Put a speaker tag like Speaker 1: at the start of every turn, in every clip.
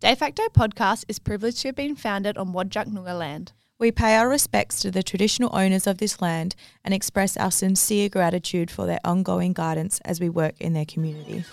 Speaker 1: De facto podcast is privileged to have been founded on Wadjuk Noongar land.
Speaker 2: We pay our respects to the traditional owners of this land and express our sincere gratitude for their ongoing guidance as we work in their community.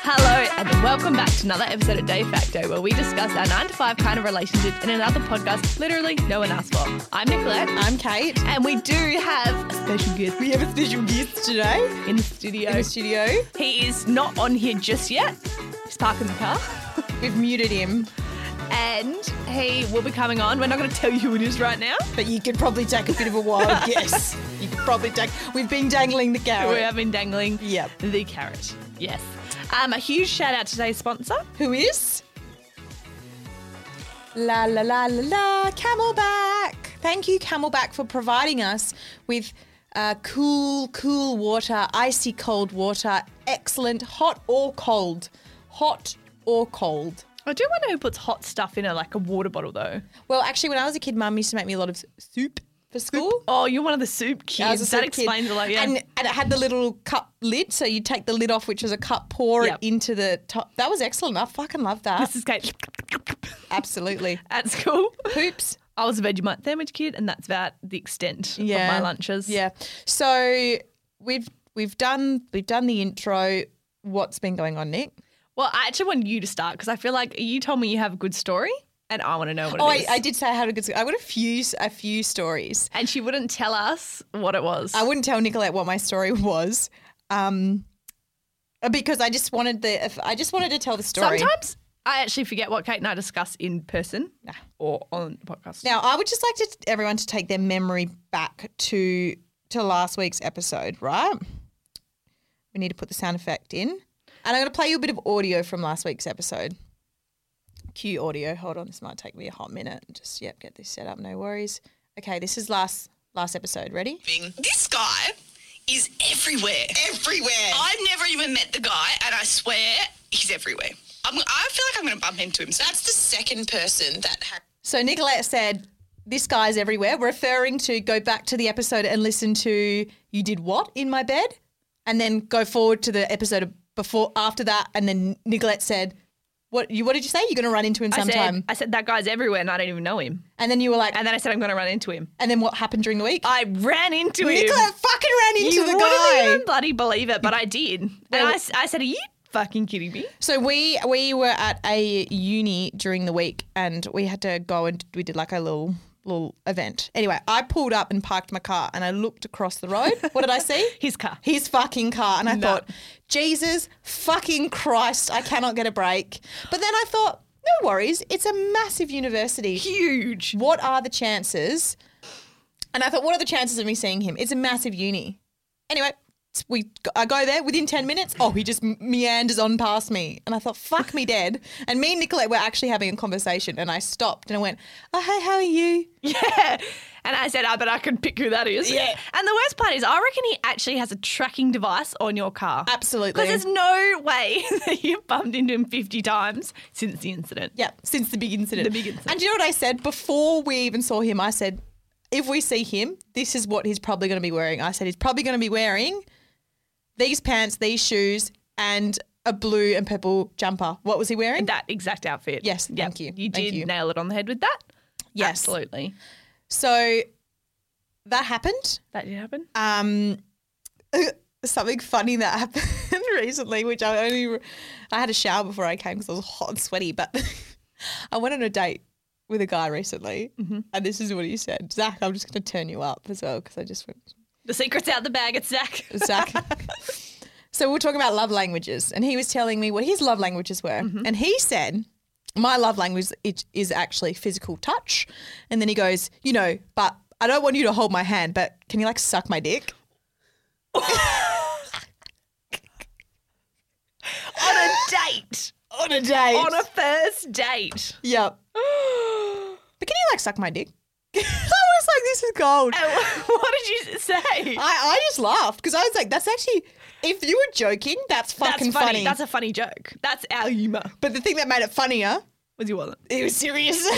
Speaker 1: Hello and welcome back to another episode of De Facto where we discuss our 9 to 5 kind of relationship in another podcast literally no one asked for. I'm Nicolette
Speaker 2: I'm Kate.
Speaker 1: and we do have a special guest
Speaker 2: We have a special guest today
Speaker 1: in the studio.
Speaker 2: in the studio.
Speaker 1: He is not on here just yet. He's parking the car.
Speaker 2: We've muted him,
Speaker 1: And he will be coming on. We're not going to tell you who it is right now.
Speaker 2: but you could probably take a bit of a wild guess. You could probably take. We've been dangling the
Speaker 1: We
Speaker 2: carrot.
Speaker 1: have been dangling
Speaker 2: Yep.
Speaker 1: the carrot. Yes. Um, a huge shout out to today's sponsor.
Speaker 2: Who is? La la la la la, Camelback. Thank you, Camelback, for providing us with uh, cool, cool water, icy cold water, excellent, hot or cold. Hot or cold.
Speaker 1: I do wonder who puts hot stuff in a like a water bottle though.
Speaker 2: Well, actually, when I was a kid, Mum used to make me a lot of soup for school.
Speaker 1: Oh, you're one of the soup
Speaker 2: I
Speaker 1: kids.
Speaker 2: was a
Speaker 1: That
Speaker 2: soup kid.
Speaker 1: explains a lot. Yeah.
Speaker 2: And, and it had the little cup lid, so you take the lid off, which was a cup, pour
Speaker 1: Yep.
Speaker 2: it into the top. That was excellent. I fucking love that.
Speaker 1: this is Kate
Speaker 2: Absolutely.
Speaker 1: at school.
Speaker 2: Poops.
Speaker 1: I was a Vegemite sandwich kid, and that's about the extent of my lunches.
Speaker 2: Yeah. So we've we've done we've done the intro. What's been going on, Nick?
Speaker 1: Well, I actually want you to start because I feel like you told me you have a good story, and I want to know what it
Speaker 2: Oh, I,
Speaker 1: is.
Speaker 2: I did say I had a good. I would a few a few stories.
Speaker 1: and she wouldn't tell us what it was.
Speaker 2: I wouldn't tell Nicolette what my story was, um, because I just wanted the I just wanted to tell the story.
Speaker 1: Sometimes I actually forget what Kate and I discuss in person or on the podcast.
Speaker 2: Now, I would just like to everyone to take their memory back to to last week's episode, right? We need to put the sound effect in. And I'm going to play you a bit of audio from last week's episode. Cue audio. Hold on, this might take me a hot minute. Just yep, get this set up, no worries. Okay, this is last last episode. Ready?
Speaker 3: shopping. This guy is everywhere.
Speaker 4: everywhere.
Speaker 3: I've never even met the guy, and I swear he's everywhere. I'm, I feel like I'm going to bump into him. So
Speaker 4: That's the second person that had.
Speaker 2: So Nicolette said, "This guy's everywhere." Referring to go back to the episode and listen to "You did what in my bed," and then go forward to the episode before after that. And then Nicolette said, "What you? What did you say? You're going to run into him
Speaker 1: I
Speaker 2: sometime?"
Speaker 1: said, I said that guy's everywhere, and I don't even know him.
Speaker 2: and then you were like,
Speaker 1: And then I said I'm going to run into him.
Speaker 2: "And then what happened during the week?"
Speaker 1: I ran into him.
Speaker 2: Nicolette fucking ran into
Speaker 1: you
Speaker 2: the
Speaker 1: wouldn't
Speaker 2: guy.
Speaker 1: even bloody believe it, but I did. And I, s- I said, "Are you fucking kidding me?"
Speaker 2: So we we were at a uni during the week, and we had to go and we did like a little little event. Anyway, I pulled up and parked my car, and I looked across the road. What did I see?
Speaker 1: His car.
Speaker 2: his fucking car. And I thought, Jesus fucking Christ, I cannot get a break. But then I thought, no worries, it's a massive university.
Speaker 1: Huge.
Speaker 2: What are the chances? And I thought, what are the chances of me seeing him? It's a massive uni. Anyway, we I go there within 10 minutes. Oh, he just meanders on past me. And I thought, fuck me dead. And me and Nicolette were actually having a conversation. And I stopped and I went, oh, hey, how are you?
Speaker 1: Yeah. And I said, I bet I can pick who that is.
Speaker 2: Yeah.
Speaker 1: And the worst part is, I reckon he actually has a tracking device on your car.
Speaker 2: Absolutely.
Speaker 1: Because there's no way that you've bumped into him 50 times since the incident.
Speaker 2: Yeah, since the big incident.
Speaker 1: The big incident.
Speaker 2: And do you know what I said? Before we even saw him, I said, if we see him, this is what he's probably going to be wearing. I said, he's probably going to be wearing these pants, these shoes, and a blue and purple jumper. What was he wearing?
Speaker 1: That exact outfit.
Speaker 2: Yes,
Speaker 1: Yep.
Speaker 2: thank you,
Speaker 1: You
Speaker 2: thank
Speaker 1: did
Speaker 2: you.
Speaker 1: nail it on the head with that.
Speaker 2: yes.
Speaker 1: Absolutely.
Speaker 2: So that happened.
Speaker 1: That did happen.
Speaker 2: Um, something funny that happened recently, which I only, I had a shower before I came because I was hot and sweaty, but I went on a date with a guy recently, and this is what he said. Zach, I'm just going to turn you up as well because I just went,
Speaker 1: the secret's out the bag. It's Zach.
Speaker 2: Zach. so we we're talking about love languages, and he was telling me what his love languages were, and he said. My love language it is actually physical touch. And then he goes, You know, but I don't want you to hold my hand, but can you like suck my dick?
Speaker 1: on a date.
Speaker 2: On a date.
Speaker 1: On a first date.
Speaker 2: Yep. but can you like suck my dick? I was like, this is gold. I,
Speaker 1: And what did you say?
Speaker 2: I just laughed because I was like, that's actually, if you were joking, that's fucking
Speaker 1: That's funny. That's a funny joke. That's our humour.
Speaker 2: but the thing that made it funnier,
Speaker 1: Was you wasn't.
Speaker 2: it was serious.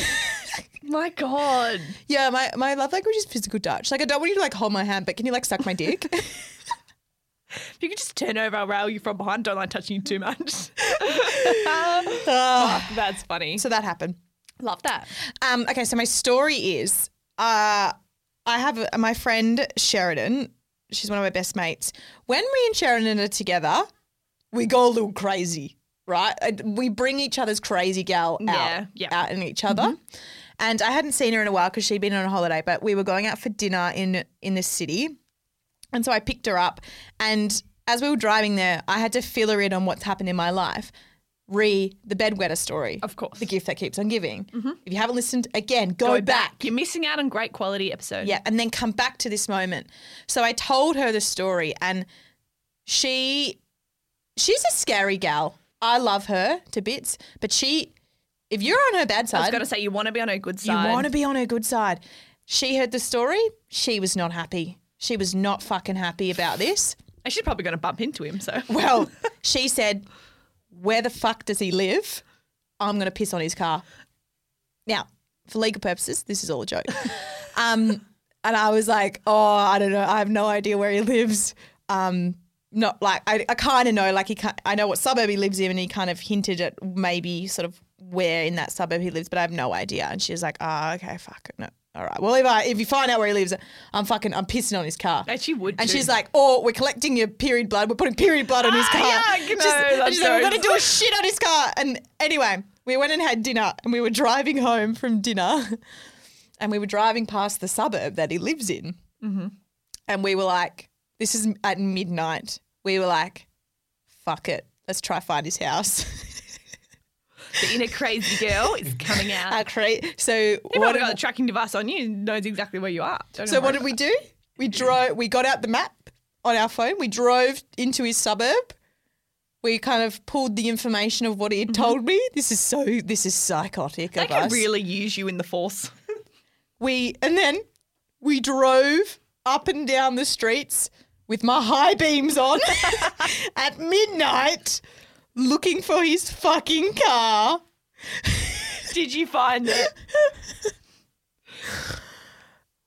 Speaker 1: my god.
Speaker 2: Yeah, my, my love language is physical touch. Like, I don't want you to like hold my hand, but can you like suck my dick?
Speaker 1: If you could just turn over, I'll rail you from behind. Don't like touching you too much.
Speaker 2: Ah.
Speaker 1: That's funny.
Speaker 2: so that happened.
Speaker 1: Love that.
Speaker 2: Um, okay, so my story is uh, I have a, my friend Sheridan. She's one of my best mates. When me and Sheridan are together, we go a little crazy, right? And We bring each other's crazy gal out,
Speaker 1: Yeah, yeah. Mm-hmm.
Speaker 2: out in each other. And I hadn't seen her in a while because she'd been on a holiday, but we were going out for dinner in in the city. And so I picked her up. And as we were driving there, I had to fill her in on what's happened in my life. Re the bedwetter story.
Speaker 1: Of course. Mm-hmm.
Speaker 2: The gift that keeps on giving. If you haven't listened, again, go,
Speaker 1: Go
Speaker 2: back.
Speaker 1: You're missing out on great quality episodes.
Speaker 2: Yeah. And then come back to this moment. So I told her the story and she she's a scary gal. I love her to bits, but she if you're on her bad
Speaker 1: I was
Speaker 2: side,
Speaker 1: gonna say you want to be on her good
Speaker 2: you
Speaker 1: side.
Speaker 2: want to be on her good side. She heard the story. She was not happy. She was not fucking happy about this.
Speaker 1: And she's probably gonna bump into him. So
Speaker 2: Well, she said, Where the fuck does he live? I'm going to piss on his car. Now, for legal purposes, this is all a joke. Um, and I was like, Oh, I don't know. I have no idea where he lives. Um, not like I, I kind of know, like he can I know what suburb he lives in, and he kind of hinted at maybe sort of where in that suburb he lives, but I have no idea. And she was like, "Oh, okay, fuck, no, all right. Well, if I if you find out where he lives, I'm fucking I'm pissing on his car."
Speaker 1: and she would.
Speaker 2: And
Speaker 1: too.
Speaker 2: she's like, "Oh, we're collecting your period blood. We're putting period blood on his
Speaker 1: Ah,
Speaker 2: car."
Speaker 1: yuck, no,
Speaker 2: and
Speaker 1: that's
Speaker 2: she's like, "We're
Speaker 1: gross."
Speaker 2: gonna do a shit on his car." And anyway, we went and had dinner, and we were driving home from dinner, and we were driving past the suburb that he lives in,
Speaker 1: Mm-hmm.
Speaker 2: and we were like, "This is at midnight." We were like, "Fuck it, let's try find his house."
Speaker 1: the inner crazy girl is coming out.
Speaker 2: Our cra- so
Speaker 1: You
Speaker 2: what?
Speaker 1: Ah. probably got a tracking device on you and knows exactly where you are. Don't
Speaker 2: So
Speaker 1: worry
Speaker 2: what did we do? We drove. We got out the map on our phone. We drove into his suburb. We kind of pulled the information of what he had told me. This is so. This is psychotic
Speaker 1: Mm-hmm. They
Speaker 2: of
Speaker 1: can
Speaker 2: us.
Speaker 1: really use you in the force.
Speaker 2: we and then we drove up and down the streets with my high beams on at midnight, looking for his fucking car.
Speaker 1: Did you find it?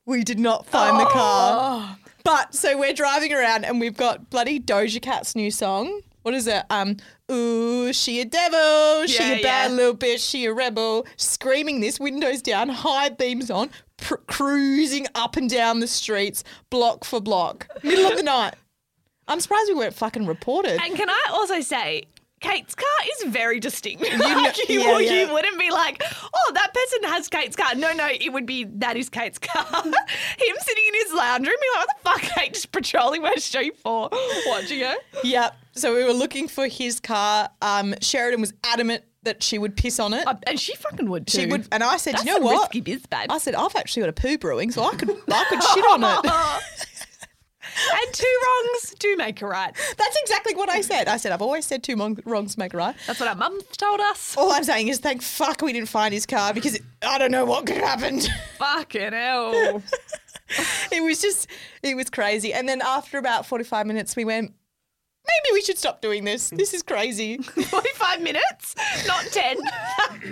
Speaker 2: We did not find the
Speaker 1: Oh.
Speaker 2: car. But so we're driving around and we've got bloody Doja Cat's new song. What is it? Um, ooh, she a devil, she
Speaker 1: Yeah,
Speaker 2: a bad
Speaker 1: yeah.
Speaker 2: little bitch, she a rebel. Screaming this, windows down, high beams on, pr- cruising up and down the streets, block for block, middle of the night. I'm surprised we weren't fucking reported.
Speaker 1: And can I also say, Kate's car is very distinct. You,
Speaker 2: kn-
Speaker 1: like, you,
Speaker 2: yeah,
Speaker 1: well,
Speaker 2: yeah.
Speaker 1: you wouldn't be like, oh, that person has Kate's car. No, no, it would be that is Kate's car. Him sitting in his lounge room, being like, what the fuck, Kate, just patrolling where she for, watching her.
Speaker 2: Yep. So we were looking for his car. Um, Sheridan was adamant that she would piss on it.
Speaker 1: Uh, and she fucking would too.
Speaker 2: she would, and I said,
Speaker 1: That's
Speaker 2: you know
Speaker 1: some
Speaker 2: what?
Speaker 1: risky biz, babe.
Speaker 2: I said, I've actually got a poo brewing, so I could I could shit on it.
Speaker 1: and two wrongs do make a right.
Speaker 2: That's exactly what I said. I said, I've always said two mon- wrongs make a right.
Speaker 1: That's what our mum told us.
Speaker 2: All I'm saying is, thank fuck we didn't find his car because it, I don't know what could have happened.
Speaker 1: Fucking hell.
Speaker 2: it was just, it was crazy. And then after about 45 minutes, we went, maybe we should stop doing this. This is crazy.
Speaker 1: 45 minutes, not 10.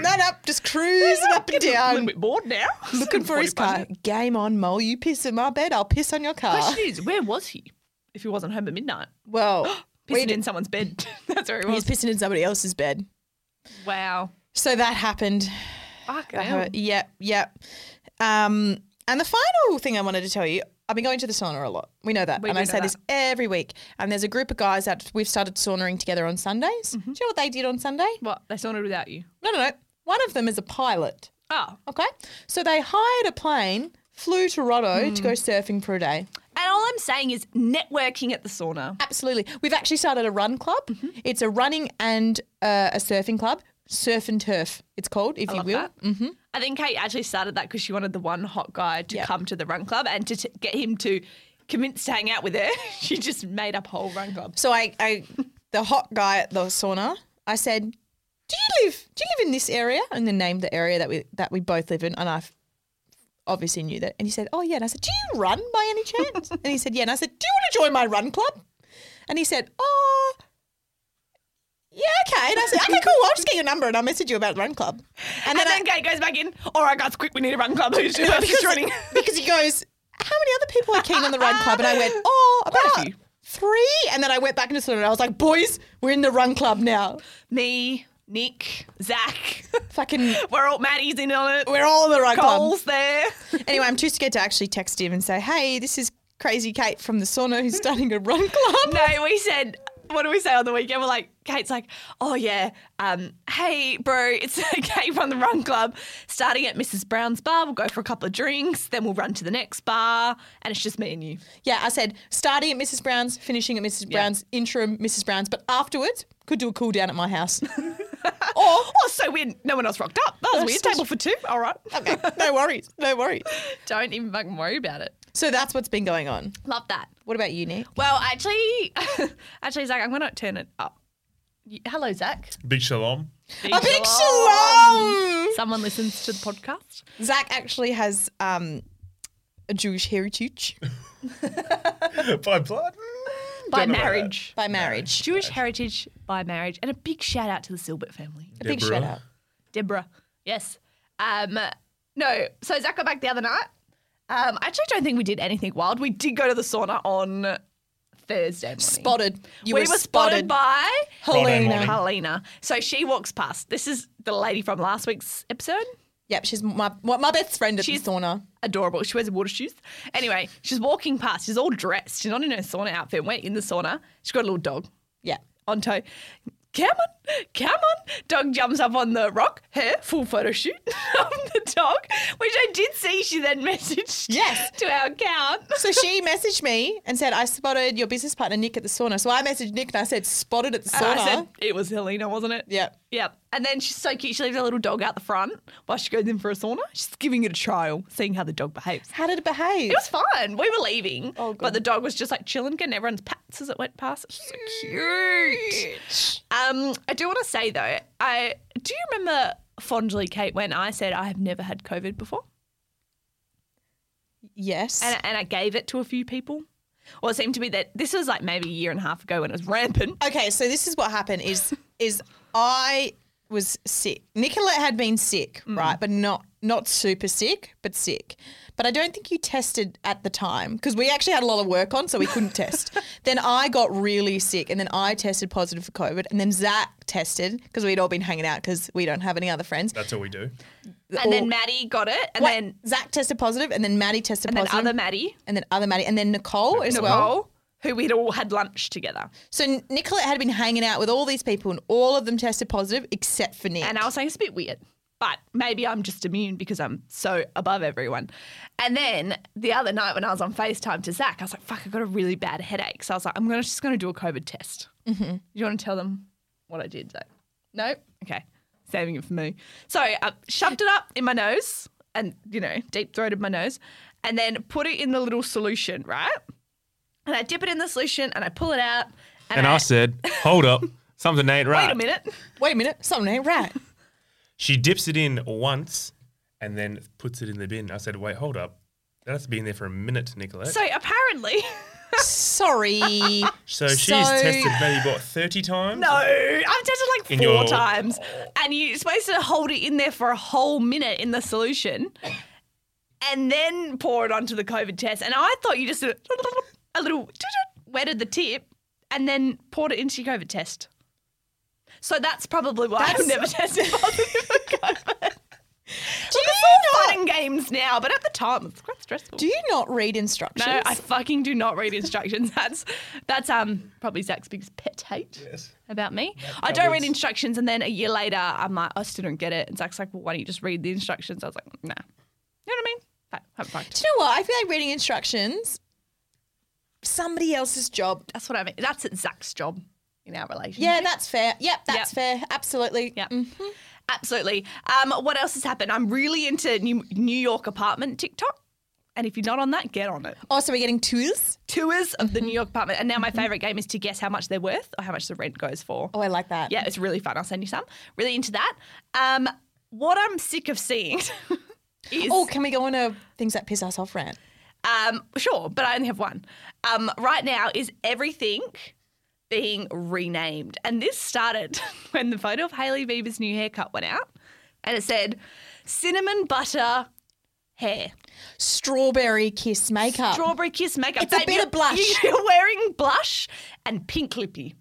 Speaker 2: no, no, just cruising up and
Speaker 1: Getting A little
Speaker 2: down,
Speaker 1: bit bored now.
Speaker 2: looking for his
Speaker 1: 45
Speaker 2: car.
Speaker 1: minutes.
Speaker 2: Game on, mole. You piss in my bed, I'll piss on your car.
Speaker 1: Question is, where was he? If he wasn't home at midnight,
Speaker 2: Well, we
Speaker 1: pissing
Speaker 2: did,
Speaker 1: in someone's bed. That's where he
Speaker 2: he's
Speaker 1: was.
Speaker 2: pissing in somebody else's bed.
Speaker 1: Wow.
Speaker 2: So that happened.
Speaker 1: Fuck.
Speaker 2: I have- Uh-huh. Yep, yep. Um, and the final thing I wanted to tell you, I've been going to the sauna a lot. We know that,
Speaker 1: We
Speaker 2: and
Speaker 1: do
Speaker 2: I
Speaker 1: know
Speaker 2: say this every week. And there's a group of guys that we've started saunering together on Sundays.
Speaker 1: Mm-hmm.
Speaker 2: Do you know what they did on Sunday?
Speaker 1: What? They sauntered without you.
Speaker 2: No, no, no. One of them is a pilot.
Speaker 1: Oh.
Speaker 2: Okay, so they hired a plane, flew to Roto
Speaker 1: Mm.
Speaker 2: to go surfing for a day.
Speaker 1: And all I'm saying is networking at the sauna.
Speaker 2: Absolutely. We've actually started a run club.
Speaker 1: Mm-hmm.
Speaker 2: It's a running and uh, a surfing club. Surf and turf, it's called, if you
Speaker 1: Love
Speaker 2: will. Mm-hmm.
Speaker 1: that. I think Kate actually started that because she wanted the one hot guy to
Speaker 2: Yep.
Speaker 1: come to the run club and to t- get him to convince to hang out with her. she just made up a whole run club.
Speaker 2: So I, I the hot guy at the sauna, I said, "Do you live? Do you live in this area?" And then named the area that we that we both live in, and I f- obviously knew that. And he said, "Oh yeah." And I said, "Do you run by any chance?" and he said, "Yeah." And I said, "Do you want to join my run club?" And he said, "Oh, yeah, okay. And I said, okay, cool. I'll just get your number and I'll message you about run club. And then,
Speaker 1: And then Kate goes back in. All right, guys, quick, we need a run club. Who's
Speaker 2: I,
Speaker 1: who's
Speaker 2: because,
Speaker 1: joining?
Speaker 2: because he goes, how many other people are keen on the run club? And I went, oh, about
Speaker 1: Quite a few.
Speaker 2: three. And then I went back into the room and I was like, boys, we're in the run club now.
Speaker 1: Me, Nick, Zach.
Speaker 2: Fucking,
Speaker 1: We're all Maddie's in on it.
Speaker 2: we're all in the run club.
Speaker 1: Cole's there.
Speaker 2: Anyway, I'm too scared to actually text him and say, hey, this is crazy Kate from the sauna who's starting a run club.
Speaker 1: No, we said. What do we say on the weekend? We're like, Kate's like, oh yeah, um, hey bro, it's Kate from the Run Club. Starting at Mrs. Brown's bar, we'll go for a couple of drinks, then we'll run to the next bar, and it's just me and you.
Speaker 2: Yeah, I said starting at Mrs. Brown's, finishing at Mrs. Brown's, interim Mrs. Brown's, but afterwards could do a cool down at my house.
Speaker 1: Or, or so we no one else rocked up. That was
Speaker 2: That's
Speaker 1: weird.
Speaker 2: just-
Speaker 1: Table for two. All right.
Speaker 2: okay, no worries, no worries.
Speaker 1: Don't even fucking worry about it.
Speaker 2: So that's what's been going on.
Speaker 1: Love that.
Speaker 2: What about you, Nick?
Speaker 1: Well, actually, actually, Zach, I'm gonna turn it up. Y- Hello, Zach.
Speaker 5: Big shalom.
Speaker 1: Big
Speaker 2: A big shalom.
Speaker 1: Someone listens to the podcast.
Speaker 2: Zach actually has um, a Jewish heritage
Speaker 5: By blood.
Speaker 1: By
Speaker 5: Don't know about
Speaker 1: marriage.
Speaker 2: by marriage.
Speaker 1: Jewish heritage by marriage, and a big shout out to the Silbert family.
Speaker 2: A big shout
Speaker 5: Deborah.
Speaker 2: out.
Speaker 1: Deborah. Yes. Um, no, so Zach got back the other night. Um, I actually don't think we did anything wild. We did go to the sauna on Thursday morning.
Speaker 2: Spotted. You
Speaker 1: we
Speaker 2: were,
Speaker 1: were spotted
Speaker 2: spotted.
Speaker 1: by
Speaker 5: Friday
Speaker 2: Helena.
Speaker 5: morning.
Speaker 1: Helena. So she walks past. This is the lady from last week's episode.
Speaker 2: Yep, she's my well, my best friend at
Speaker 1: She's-
Speaker 2: the sauna.
Speaker 1: adorable. She wears water shoes. Anyway, she's walking past. She's all dressed. She's not in her sauna outfit. We're in the sauna. She's got a little dog
Speaker 2: Yeah.
Speaker 1: on tow. Come on, come on. Dog jumps up on the rock. Her full photo shoot of the dog, which I did see. She then messaged
Speaker 2: Yes.
Speaker 1: to our account.
Speaker 2: So she messaged me and said, I spotted your business partner, Nick, at the sauna. So I messaged Nick and I said, spotted at the
Speaker 1: And
Speaker 2: sauna.
Speaker 1: I said, it was Helena, wasn't it?
Speaker 2: Yep.
Speaker 1: Yep. And then she's so cute. She leaves her little dog out the front while she goes in for a sauna. She's giving it a trial, seeing how the dog behaves.
Speaker 2: How did it behave?
Speaker 1: It was fun. We were leaving,
Speaker 2: Oh,
Speaker 1: but
Speaker 2: good.
Speaker 1: the dog was just like chilling, getting everyone's pats as it went past. It's so cute. Um, I do want to say though, I do you remember fondly, Kate, when I said I have never had COVID before,
Speaker 2: yes.
Speaker 1: and and I gave it to a few people. Well, it seemed to be that this was like maybe a year and a half ago when it was rampant.
Speaker 2: okay, so this is what happened is is I was sick. Nicola had been sick,
Speaker 1: Mm.
Speaker 2: right? But not not super sick, but sick. But I don't think you tested at the time because we actually had a lot of work on, so we couldn't test. Then I got really sick, and then I tested positive for COVID, and then Zach tested because we'd all been hanging out because we don't have any other friends.
Speaker 5: That's all we do.
Speaker 1: And
Speaker 2: All-
Speaker 1: then Maddie got it, and
Speaker 2: Wait,
Speaker 1: then
Speaker 2: Zach tested positive, and then Maddie tested
Speaker 1: and then
Speaker 2: positive,
Speaker 1: other Maddie,
Speaker 2: and then other Maddie, and then Nicole as well.
Speaker 1: Nicole, who we'd all had lunch together.
Speaker 2: So Nicolette had been hanging out with all these people, and all of them tested positive except for Nick.
Speaker 1: And I was saying it's a bit weird, but maybe I'm just immune because I'm so above everyone. And then the other night when I was on FaceTime to Zach, I was like, fuck, I got a really bad headache. So I was like, I'm gonna, just going to do a COVID test. Mm-hmm. You want to tell them what I did, Zach? No? Okay. Saving it for me. So I shoved it up in my nose and, you know, deep throated my nose and then put it in the little solution, right? And I dip it in the solution and I pull it out. And,
Speaker 6: And I said, hold up, something ain't right.
Speaker 1: wait a minute.
Speaker 2: Wait a minute, something ain't right.
Speaker 5: She dips it in once and then puts it in the bin. I said, wait, hold up. That has to be in there for a minute, Nicolette.
Speaker 1: So apparently.
Speaker 2: Sorry.
Speaker 5: So,
Speaker 2: so-
Speaker 5: she's tested maybe, what, 30 times?
Speaker 1: No, I've tested like
Speaker 5: In
Speaker 1: four
Speaker 5: your-
Speaker 1: times, and you're supposed to hold it in there for a whole minute in the solution, and then pour it onto the COVID test. And I thought you just did a, a little wetted the tip, and then poured it into your COVID test. So that's probably why I've
Speaker 2: That's-
Speaker 1: never tested positive for COVID.
Speaker 2: Do you,
Speaker 1: Fun
Speaker 2: not,
Speaker 1: and games now, but at the time it's quite stressful.
Speaker 2: do you not read instructions?
Speaker 1: no, I fucking do not read instructions. That's that's um probably Zach's biggest pet hate
Speaker 5: Yes.
Speaker 1: about me. I don't read
Speaker 5: covers-
Speaker 1: instructions, and then a year later, I'm like, I still don't get it. And Zach's like, well, why don't you just read the instructions? I was like, nah. You know what I mean? I haven't fucked.
Speaker 2: Do you know what? I feel like reading instructions, somebody else's job.
Speaker 1: That's what I mean. That's Zach's job in our relationship.
Speaker 2: Yeah, that's fair. Yep, that's
Speaker 1: Yep.
Speaker 2: fair. Absolutely.
Speaker 1: Yeah. Mm-hmm. Absolutely. Um, what else has happened? I'm really into New, New York apartment TikTok. And if you're not on that, get on it.
Speaker 2: Oh, so we're getting twos?
Speaker 1: Tours of the New York apartment. And now my favorite game is to guess how much they're worth or how much the rent goes for.
Speaker 2: Oh, I like that.
Speaker 1: Yeah, it's really fun. I'll send you some. Really into that. Um, what I'm sick of seeing is
Speaker 2: Oh, can we go on a things that piss us off rant?
Speaker 1: um, sure, but I only have one. Um, right now is everything being renamed. And this started when the photo of Hailey Bieber's new haircut went out and it said cinnamon butter hair.
Speaker 2: Strawberry kiss makeup.
Speaker 1: Strawberry kiss makeup.
Speaker 2: It's a
Speaker 1: Babe,
Speaker 2: bit
Speaker 1: you're-
Speaker 2: of blush.
Speaker 1: You're wearing blush and pink lippy.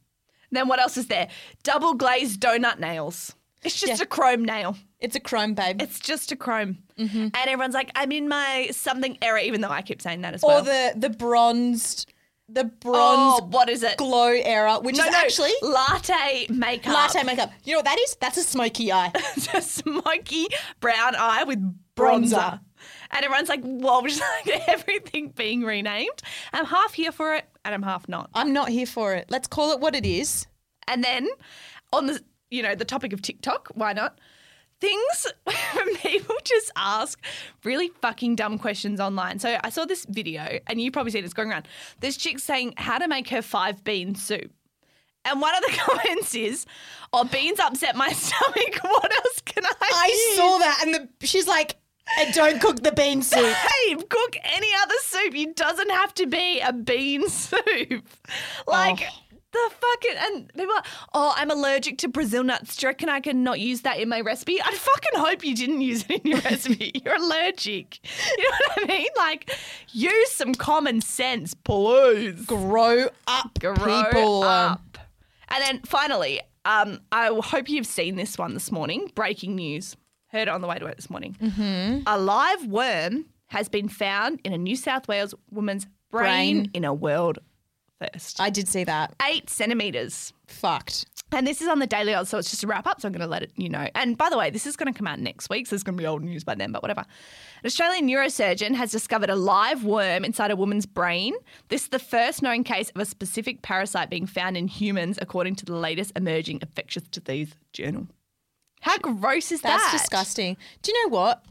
Speaker 1: Then what else is there? Double glazed donut nails. It's just
Speaker 2: Yeah.
Speaker 1: a chrome nail.
Speaker 2: it's a chrome, babe.
Speaker 1: It's just a chrome.
Speaker 2: Mm-hmm.
Speaker 1: And everyone's like, I'm in my something era, even though I keep saying that as well.
Speaker 2: or the the bronzed, the bronze
Speaker 1: oh, what is it?
Speaker 2: glow era, which
Speaker 1: No,
Speaker 2: is
Speaker 1: no,
Speaker 2: actually
Speaker 1: latte makeup.
Speaker 2: latte makeup. You know what that is? That's a smoky eye.
Speaker 1: It's a smoky brown eye with bronzer.
Speaker 2: Bronzer.
Speaker 1: And everyone's like, whoa, just like everything being renamed. I'm half here for it and I'm half not.
Speaker 2: I'm not here for it. Let's call it what it is.
Speaker 1: And then on the you know, the topic of TikTok, why not? Things when people just ask really fucking dumb questions online. So I saw this video, and you probably seen it, it's going around. This chick saying how to make her five bean soup. And one of the comments is, Oh, beans upset my stomach. What else can I
Speaker 2: I saw that, and the, she's like, "I "Don't cook the bean soup."
Speaker 1: Babe, cook any other soup. It doesn't have to be a bean soup. Like the fucking and people are, oh, I'm allergic to Brazil nuts. Do you reckon I can not use that in my recipe? I fucking hope you didn't use it in your recipe. You're allergic. You know what I mean? Like, use some common sense, please.
Speaker 2: Grow up,
Speaker 1: Grow
Speaker 2: people. um,
Speaker 1: up. And then finally, um, I hope you've seen this one this morning. Breaking news. Heard it on the way to work this morning. A live worm has been found in a New South Wales woman's brain,
Speaker 2: Brain.
Speaker 1: in a world first.
Speaker 2: I did see that.
Speaker 1: Eight centimetres.
Speaker 2: Fucked.
Speaker 1: And this is on the Daily Oz, so it's just a wrap up, so I'm going to let it, you know. And by the way, this is going to come out next week, so there's going to be old news by then, but whatever. An Australian neurosurgeon has discovered a live worm inside a woman's brain. This is the first known case of a specific parasite being found in humans, according to the latest emerging infectious disease journal. How gross is
Speaker 2: That's
Speaker 1: that?
Speaker 2: disgusting. Do you know what?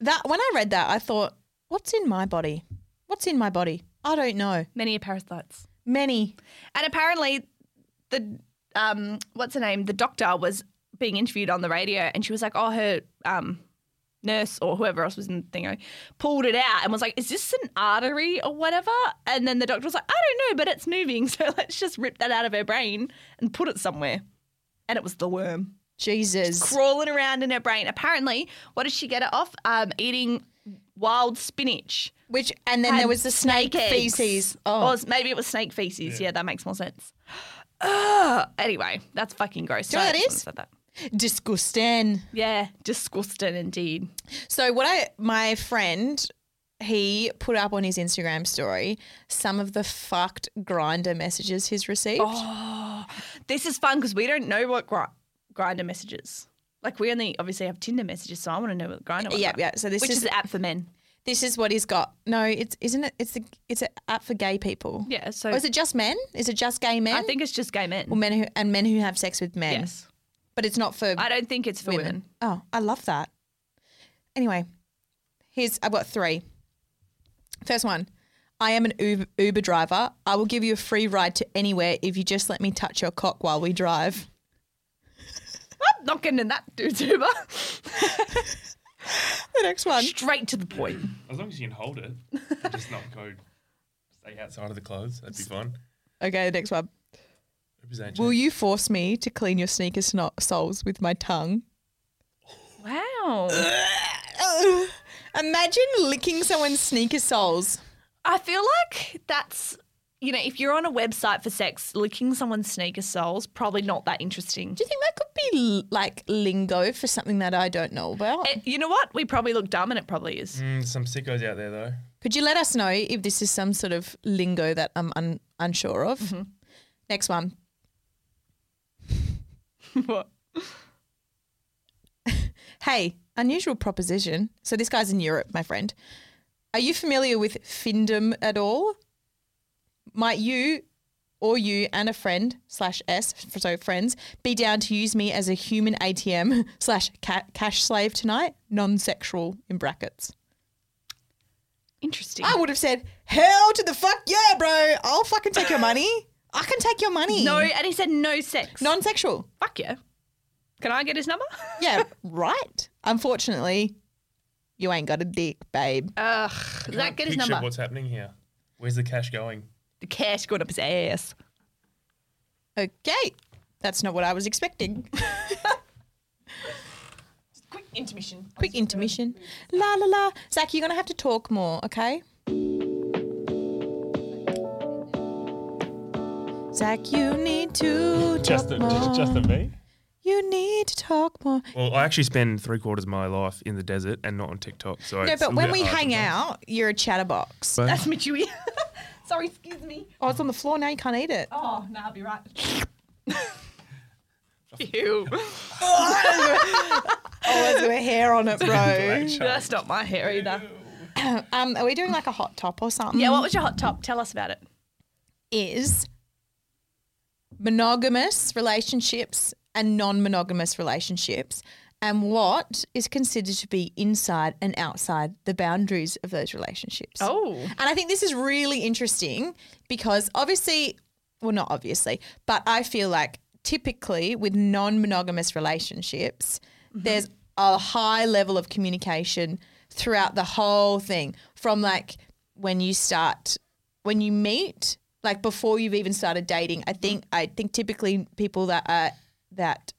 Speaker 2: That when I read that, I thought, "What's in my body? What's in my body? I don't know.
Speaker 1: Many are parasites.
Speaker 2: Many."
Speaker 1: And apparently, the um, what's her name? The doctor was being interviewed on the radio, and she was like, "Oh, her um, nurse or whoever else was in the thing pulled it out and was like, "Is this an artery or whatever?" And then the doctor was like, "I don't know, but it's moving, so let's just rip that out of her brain and put it somewhere." And it was the worm
Speaker 2: Jesus.
Speaker 1: crawling around in her brain. Apparently, what did she get it off? Um, eating wild spinach.
Speaker 2: Which and then there
Speaker 1: had
Speaker 2: was the snake,
Speaker 1: eggs.
Speaker 2: feces.
Speaker 1: Or
Speaker 2: Oh,
Speaker 1: s- maybe it was snake feces. Yeah, that makes more sense. Ugh. Anyway, that's fucking gross.
Speaker 2: you know what
Speaker 1: Sorry, I
Speaker 2: that
Speaker 1: just
Speaker 2: is?
Speaker 1: wanted to say
Speaker 2: disgusting.
Speaker 1: that. Yeah, disgusting indeed.
Speaker 2: So what I my friend he put up on his Instagram story some of the fucked grinder messages he's received.
Speaker 1: Oh, This is fun because we don't know what gri- grinder messages. Like we only obviously have Tinder messages, so I want to know what grinder.
Speaker 2: yeah, yeah. So this
Speaker 1: Which
Speaker 2: is,
Speaker 1: is the app for men.
Speaker 2: this is what he's got. No, it's isn't it? It's the it's an app for gay people.
Speaker 1: Yeah, so
Speaker 2: Or is it just men? Is it just gay men?
Speaker 1: I think it's just gay men.
Speaker 2: Or men who and men who have sex with men.
Speaker 1: yes,
Speaker 2: But it's not for
Speaker 1: I don't think it's for women.
Speaker 2: women. Oh, I love that. Anyway, here's I've got three. First one. I am an Uber, Uber driver. I will give you a free ride to anywhere if you just let me touch your cock while we drive.
Speaker 1: I'm not getting in that dude's Uber.
Speaker 2: The next one.
Speaker 1: Straight to the point.
Speaker 5: As long as you can hold it, and just not go stay outside of the clothes. That'd be fine.
Speaker 2: Okay, the next one.
Speaker 5: Represent
Speaker 2: Will you force me to clean your sneaker sno- soles with my tongue?
Speaker 1: Wow.
Speaker 2: Imagine licking someone's sneaker soles.
Speaker 1: I feel like that's you know, if you're on a website for sex, licking someone's sneaker soles probably not that interesting.
Speaker 2: Do you think that could be l- like lingo for something that I don't know about?
Speaker 1: Eh, you know what? We probably look dumb, and it probably is.
Speaker 5: Mm, some sickos out there though.
Speaker 2: Could you let us know if this is some sort of lingo that I'm un- unsure of? Next one.
Speaker 1: What?
Speaker 2: Hey, unusual proposition. So this guy's in Europe, my friend. Are you familiar with Findom at all? Might you or you and a friend slash S, f- so friends, be down to use me as a human ATM slash ca- cash slave tonight? Non sexual in brackets.
Speaker 1: Interesting.
Speaker 2: I would have said, hell to the fuck yeah, bro. I'll fucking take your money. I can take your money.
Speaker 1: no, and he said no sex.
Speaker 2: Non sexual.
Speaker 1: fuck yeah. Can I get his number?
Speaker 2: Yeah, right. Unfortunately, you ain't got a dick, babe.
Speaker 1: Ugh, Zach, get his
Speaker 5: Picture
Speaker 1: number.
Speaker 5: what's happening here. Where's the cash going?
Speaker 1: The cash going up his ass.
Speaker 2: Okay. That's not what I was expecting.
Speaker 1: Quick intermission.
Speaker 2: Quick intermission. La la la. Zach, you're going to have to talk more, okay? Zach, you need to talk
Speaker 5: Just, the,
Speaker 2: more.
Speaker 5: just, just the me.
Speaker 2: You need to talk more.
Speaker 5: Well, I actually spend three quarters of my life in the desert and not on TikTok. So
Speaker 2: No,
Speaker 5: it's a
Speaker 2: but
Speaker 5: little
Speaker 2: when
Speaker 5: bit
Speaker 2: we
Speaker 5: hard
Speaker 2: hang
Speaker 5: sometimes.
Speaker 2: out, you're a chatterbox.
Speaker 5: But-
Speaker 1: That's Michui. Sorry, excuse me.
Speaker 2: Oh, it's on the floor now. You can't eat it.
Speaker 1: Oh, no, I'll be right. Ew.
Speaker 2: Oh, there's a hair on it, bro.
Speaker 5: Black child.
Speaker 1: That's not my hair either.
Speaker 2: um, are we doing like a hot top or something?
Speaker 1: Yeah, what was your hot top? Tell us about it.
Speaker 2: is monogamous relationships and non-monogamous relationships and what is considered to be inside and outside the boundaries of those relationships.
Speaker 1: Oh.
Speaker 2: And I think this is really interesting because obviously, well, not obviously, but I feel like typically with non monogamous relationships, there's a high level of communication throughout the whole thing from like when you start, when you meet, like before you've even started dating. I think, I think typically people that are, that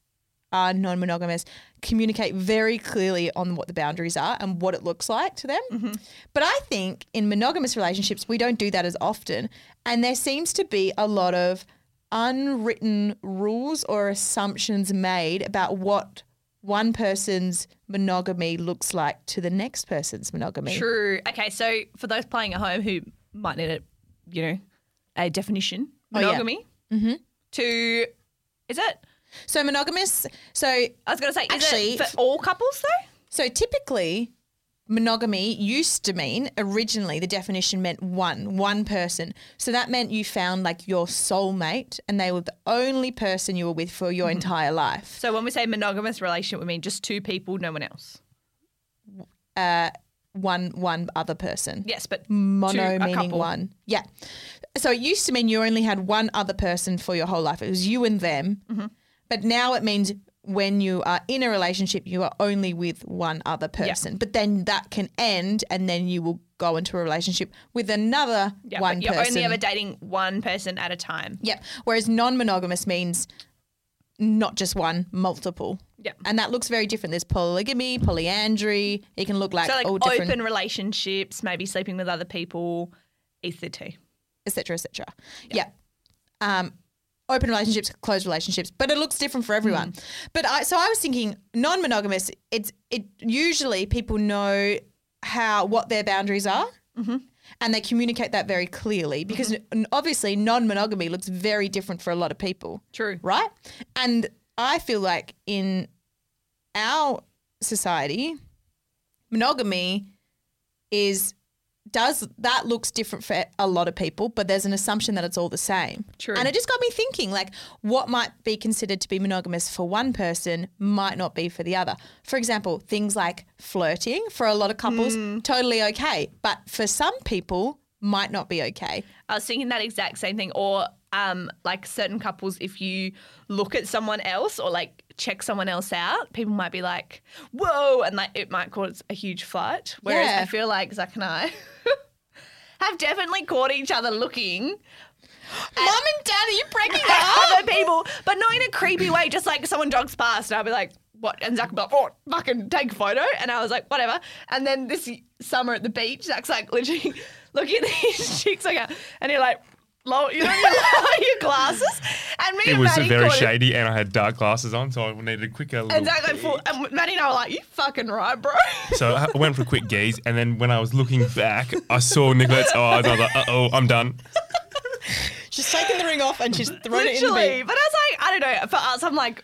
Speaker 2: are non-monogamous communicate very clearly on what the boundaries are and what it looks like to them. But I think in monogamous relationships we don't do that as often and there seems to be a lot of unwritten rules or assumptions made about what one person's monogamy looks like to the next person's monogamy.
Speaker 1: True. Okay, so for those playing at home who might need a, you know, a definition,
Speaker 2: Oh, yeah. Mm-hmm.
Speaker 1: monogamy to is it?
Speaker 2: So monogamous so
Speaker 1: I was going to say, is
Speaker 2: Actually,
Speaker 1: it for all couples though?
Speaker 2: So typically, monogamy used to mean originally the definition meant one, one person. So that meant you found like your soulmate and they were the only person you were with for your entire life.
Speaker 1: So when we say monogamous relationship, we mean just two people, no one else.
Speaker 2: One, one other person.
Speaker 1: Yes, but two,
Speaker 2: Mono
Speaker 1: a
Speaker 2: meaning
Speaker 1: couple.
Speaker 2: one. Yeah. So it used to mean you only had one other person for your whole life. It was you and them.
Speaker 1: Mm-hmm.
Speaker 2: But now it means when you are in a relationship, you are only with one other person. But then that can end and then you will go into a relationship with another
Speaker 1: Yeah,
Speaker 2: one
Speaker 1: but you're
Speaker 2: person.
Speaker 1: only ever dating one person at a time.
Speaker 2: Yep. Whereas non monogamous means not just one, multiple.
Speaker 1: Yep.
Speaker 2: And that looks very different. There's polygamy, polyandry. It can look like,
Speaker 1: So like
Speaker 2: all
Speaker 1: open
Speaker 2: different,
Speaker 1: relationships, maybe sleeping with other people, etc.
Speaker 2: etc., etc. Yeah. Um, open relationships, closed relationships, but it looks different for everyone. But I, so I was thinking non-monogamous. It's it usually people know how what their boundaries are. And they communicate that very clearly because n- obviously non monogamy looks very different for a lot of people.
Speaker 1: True.
Speaker 2: right? And I feel like in our society, monogamy is does that looks different for a lot of people, but there's an assumption that it's all the same.
Speaker 1: True.
Speaker 2: And it just got me thinking, like, what might be considered to be monogamous for one person might not be for the other. For example, things like flirting for a lot of couples, totally okay, but for some people might not be okay.
Speaker 1: I was thinking that exact same thing. Or um, like certain couples, if you look at someone else or like check someone else out, people might be like, "Whoa!" and like it might cause a huge fight. Whereas
Speaker 2: Yeah.
Speaker 1: I feel like Zach and I have definitely caught each other looking
Speaker 2: Mum and dad, are you breaking
Speaker 1: at
Speaker 2: up?
Speaker 1: other people, but not in a creepy way. Just like someone jogs past, and I'll be like, "What?" and Zach will be like, "Oh, fucking take a photo," and I was like, "Whatever." And then this summer at the beach, Zach's like literally looking at his cheeks like, that, and you're like. Lower, you know, you lower your glasses, and me
Speaker 5: It
Speaker 1: and
Speaker 5: was
Speaker 1: Maddie
Speaker 5: very
Speaker 1: caught it.
Speaker 5: shady, and I had dark glasses on, so I needed a quicker. Little
Speaker 1: And Zach went full, and Maddie and I were like, "You fucking right, bro."
Speaker 5: So I went for a quick gaze, and then when I was looking back, I saw Nicolette's eyes. I was like, "Uh oh, I'm done."
Speaker 2: She's taken the ring off and she's thrown it in the
Speaker 1: Literally,
Speaker 2: bin.
Speaker 1: but I was like, I don't know. For us, I'm like,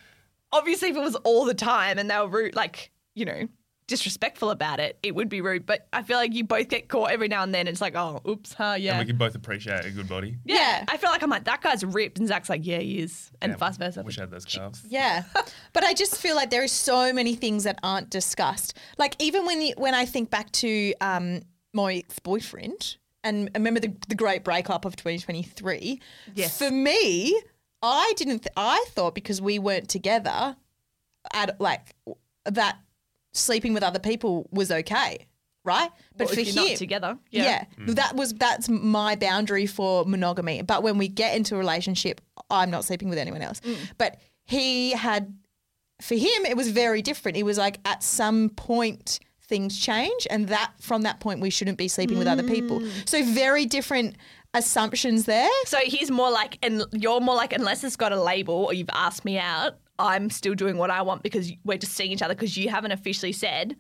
Speaker 1: obviously, if it was all the time and they were rude, like you know, disrespectful about it, it would be rude. But I feel like you both get caught every now and then. It's like, oh, oops, huh,
Speaker 5: And
Speaker 1: yeah.
Speaker 5: we can both appreciate a good body.
Speaker 1: yeah,
Speaker 2: Yeah.
Speaker 1: I feel like I'm like that guy's ripped, and Zach's like, yeah, he is, and
Speaker 5: Yeah,
Speaker 1: vice versa.
Speaker 5: Wish I had those calves.
Speaker 2: Yeah. But I just feel like there are so many things that aren't discussed. Like even when you, when I think back to um, my ex-boyfriend and I remember the, the great breakup of 2023.
Speaker 1: Yes.
Speaker 2: For me, I didn't th- I thought because we weren't together at like that sleeping with other people was okay. right? But
Speaker 1: Well,
Speaker 2: for
Speaker 1: if
Speaker 2: him,
Speaker 1: you're not together,
Speaker 2: yeah,
Speaker 1: yeah.
Speaker 2: that was that's my boundary for monogamy. But when we get into a relationship, I'm not sleeping with anyone else. But he had for him, it was very different. It was like at some point things change, and that from that point we shouldn't be sleeping with other people. So very different assumptions there.
Speaker 1: So he's more like, and you're more like, unless it's got a label or you've asked me out, I'm still doing what I want because we're just seeing each other because you haven't officially said,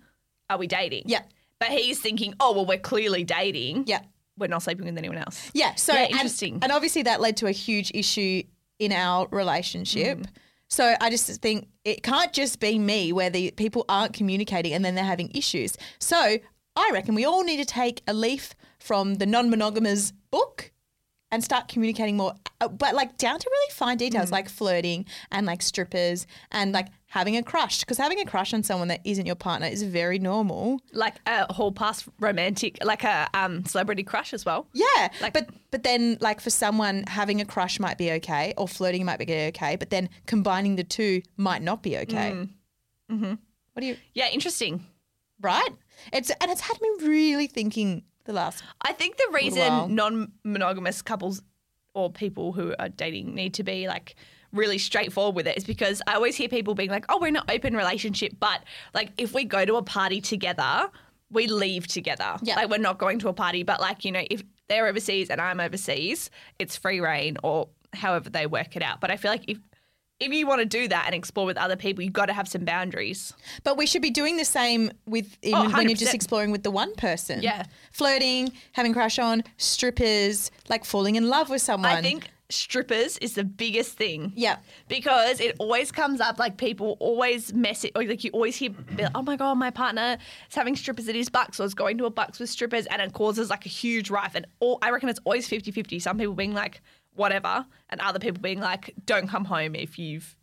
Speaker 1: are we dating?
Speaker 2: Yeah.
Speaker 1: But he's thinking, oh, well, we're clearly dating.
Speaker 2: Yeah.
Speaker 1: We're not sleeping with anyone else.
Speaker 2: Yeah. So
Speaker 1: Yeah,
Speaker 2: and-
Speaker 1: interesting.
Speaker 2: And, obviously that led to a huge issue in our relationship.
Speaker 1: Mm.
Speaker 2: So I just think it can't just be me where the people aren't communicating and then they're having issues. So I reckon we all need to take a leaf from the non-monogamers book and start communicating more uh, but like down to really fine
Speaker 1: Mm.
Speaker 2: details like flirting and like strippers and like having a crush because having a crush on someone that isn't your partner is very normal.
Speaker 1: Like a hall pass romantic, like a um, celebrity crush as well.
Speaker 2: Yeah,
Speaker 1: Like-
Speaker 2: but but then like for someone having a crush might be okay, or flirting might be okay, but then combining the two might not be okay.
Speaker 1: Mm.
Speaker 2: Mm-hmm. What do you
Speaker 1: Yeah, interesting.
Speaker 2: right? It's and it's had me really thinking the last.
Speaker 1: I think the
Speaker 2: while.
Speaker 1: reason non monogamous couples or people who are dating need to be like really straightforward with it is because I always hear people being like, oh, we're in an open relationship, but like if we go to a party together, we leave together.
Speaker 2: Yeah.
Speaker 1: Like we're not going to a party, but like, you know, if they're overseas and I'm overseas, it's free reign or however they work it out. But I feel like if if you want to do that and explore with other people, you've got to have some boundaries.
Speaker 2: But we should be doing the same with even when you're just
Speaker 1: Oh, 100%.
Speaker 2: exploring with the one person.
Speaker 1: Yeah.
Speaker 2: flirting, having a crush on strippers, like falling in love with someone.
Speaker 1: I think strippers is the biggest thing.
Speaker 2: Yeah.
Speaker 1: Because it always comes up like people always mess it or like you always hear oh my god, my partner is having strippers at his bucks or is going to a bucks with strippers and it causes like a huge rife and all I reckon it's always 50-50. Some people being like whatever and other people being like don't come home if you've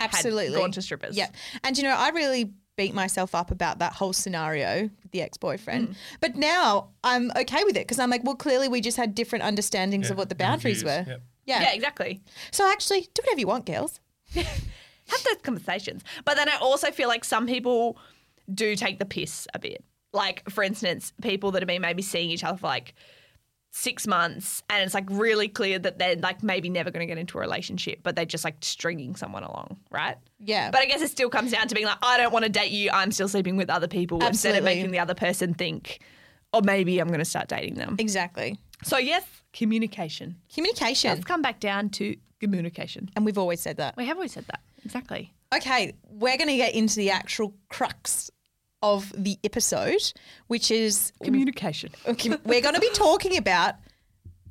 Speaker 2: absolutely
Speaker 1: gone to strippers.
Speaker 2: Yeah, and you know, I really beat myself up about that whole scenario with the ex-boyfriend,
Speaker 1: Mm.
Speaker 2: but now I'm okay with it because I'm like, well, clearly we just had different understandings of what the boundaries were.
Speaker 5: views, yep.
Speaker 2: Yeah.
Speaker 1: yeah, exactly.
Speaker 2: So actually, do whatever you want, girls.
Speaker 1: have those conversations. But then I also feel like some people do take the piss a bit. Like, for instance, people that have been maybe seeing each other for like six months and it's like really clear that they're like maybe never going to get into a relationship, but they're just like stringing someone along, right?
Speaker 2: Yeah.
Speaker 1: But I guess it still comes down to being like, I don't want to date you. I'm still sleeping with other people instead of
Speaker 2: Absolutely.
Speaker 1: making the other person think, or maybe I'm going to start dating them.
Speaker 2: Exactly.
Speaker 1: So, yes, communication.
Speaker 2: Communication,
Speaker 1: Let's come back down to communication.
Speaker 2: and we've always said that.
Speaker 1: We have always said that. Exactly.
Speaker 2: Okay, we're going to get into the actual crux of the episode, which is
Speaker 1: Communication.
Speaker 2: Okay, we're going to be talking about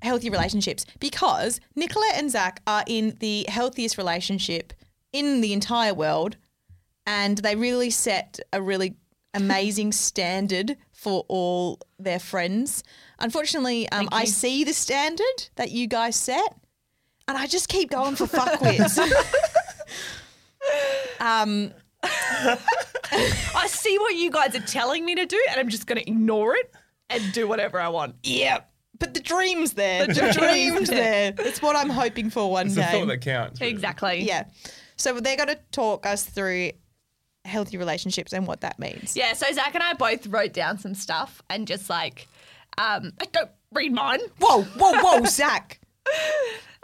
Speaker 2: healthy relationships because Nicola and Zach are in the healthiest relationship in the entire world, and they really set a really amazing standard for all their friends. Unfortunately, um, I see the standard that you guys set, and I just keep going for fuckwits. um,
Speaker 1: I see what you guys are telling me to do, and I'm just going to ignore it and do whatever I want.
Speaker 2: yep. But the dream's there. The,
Speaker 1: dream's
Speaker 2: dream's there. It's what I'm hoping for one
Speaker 5: It's the
Speaker 2: day.
Speaker 5: thought that counts. really.
Speaker 1: Exactly.
Speaker 2: Yeah. So they're going to talk us through healthy relationships and what that means.
Speaker 1: Yeah. So Zach and I both wrote down some stuff and just like, um, I don't read mine.
Speaker 2: Whoa, whoa, whoa, Zach.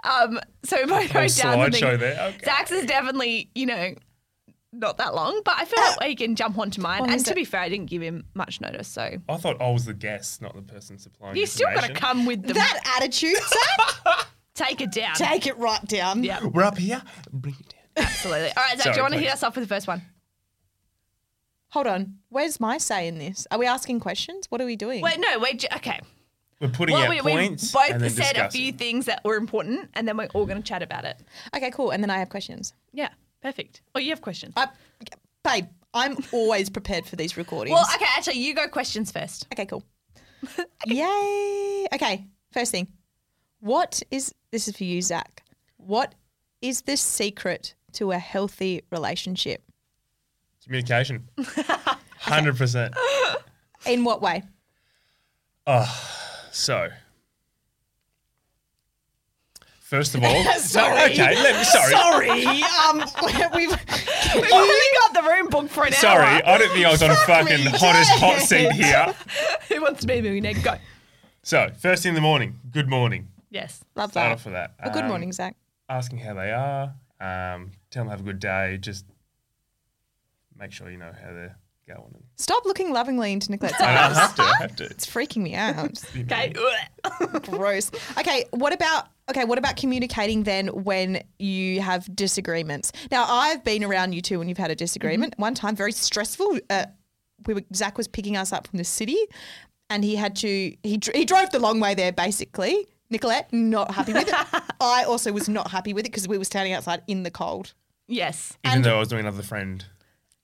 Speaker 1: Um, so we both wrote down some
Speaker 5: Oh,
Speaker 1: things.
Speaker 5: slideshow there, okay.
Speaker 1: Zach's is definitely, you know, not that long, but I feel like we can jump onto mine. And
Speaker 2: was
Speaker 1: to
Speaker 2: it?
Speaker 1: be fair, I didn't give him much notice, so
Speaker 5: I thought I was the guest, not the person supplying.
Speaker 1: you still got to
Speaker 5: information.
Speaker 1: come with the
Speaker 2: That attitude, Zach.
Speaker 1: take it down.
Speaker 2: Take it right down.
Speaker 1: Yeah.
Speaker 5: We're up here. Bring it down.
Speaker 1: Absolutely. All right, Zach.
Speaker 5: Sorry,
Speaker 1: do you want to
Speaker 5: please.
Speaker 1: hit us off with the first one?
Speaker 2: Hold on. Where's my say in this? Are we asking questions? What are we doing?
Speaker 1: Wait, no. Wait. j- Okay.
Speaker 5: We're putting
Speaker 1: Well,
Speaker 5: out
Speaker 1: we, we
Speaker 5: points.
Speaker 1: both
Speaker 5: and
Speaker 1: said
Speaker 5: then
Speaker 1: a few
Speaker 5: discussing.
Speaker 1: things that were important, and then we're all going to chat about it.
Speaker 2: Okay, cool. And then I have questions.
Speaker 1: Yeah, perfect. Oh, you have questions.
Speaker 2: I, babe, I'm always prepared for these recordings.
Speaker 1: well, okay, actually, you go questions first.
Speaker 2: okay, cool. Yay. Okay, first thing. What is, this is for you, Zach. What is the secret to a healthy relationship?
Speaker 5: Communication. 100%.
Speaker 2: In what way?
Speaker 5: So, first of all.
Speaker 2: Sorry.
Speaker 5: Okay, let me, sorry.
Speaker 2: Sorry, um, we've
Speaker 1: We've only got the room booked for an
Speaker 5: Sorry,
Speaker 1: hour.
Speaker 5: I didn't think I was on fucking
Speaker 2: Fuck me,
Speaker 5: hottest hot
Speaker 2: yes.
Speaker 5: seat here.
Speaker 1: Who wants to be a millionaire? Go.
Speaker 5: So, first thing in the morning, good morning.
Speaker 1: Yes.
Speaker 2: love
Speaker 5: Start
Speaker 2: that.
Speaker 5: off with that.
Speaker 2: Well, good
Speaker 5: Um,
Speaker 2: morning, Zach.
Speaker 5: Asking how they are, um, tell them have a good day, just make sure you know how they're going.
Speaker 2: Stop looking lovingly into Nicolette's
Speaker 5: I
Speaker 2: eyes.
Speaker 5: have to, I have to.
Speaker 2: It's freaking me out.
Speaker 1: Okay.
Speaker 2: Gross. Okay, what about okay, what about communicating then when you have disagreements? Now I've been around you two when you've had a disagreement.
Speaker 5: Mm-hmm.
Speaker 2: One time, very stressful. Uh, we were Zach was picking us up from the city, and he had to he dr- he drove the long way there basically. Nicolette not happy with it. I also was not happy with it because we were standing outside in the cold.
Speaker 1: yes.
Speaker 5: Even though I was doing another friend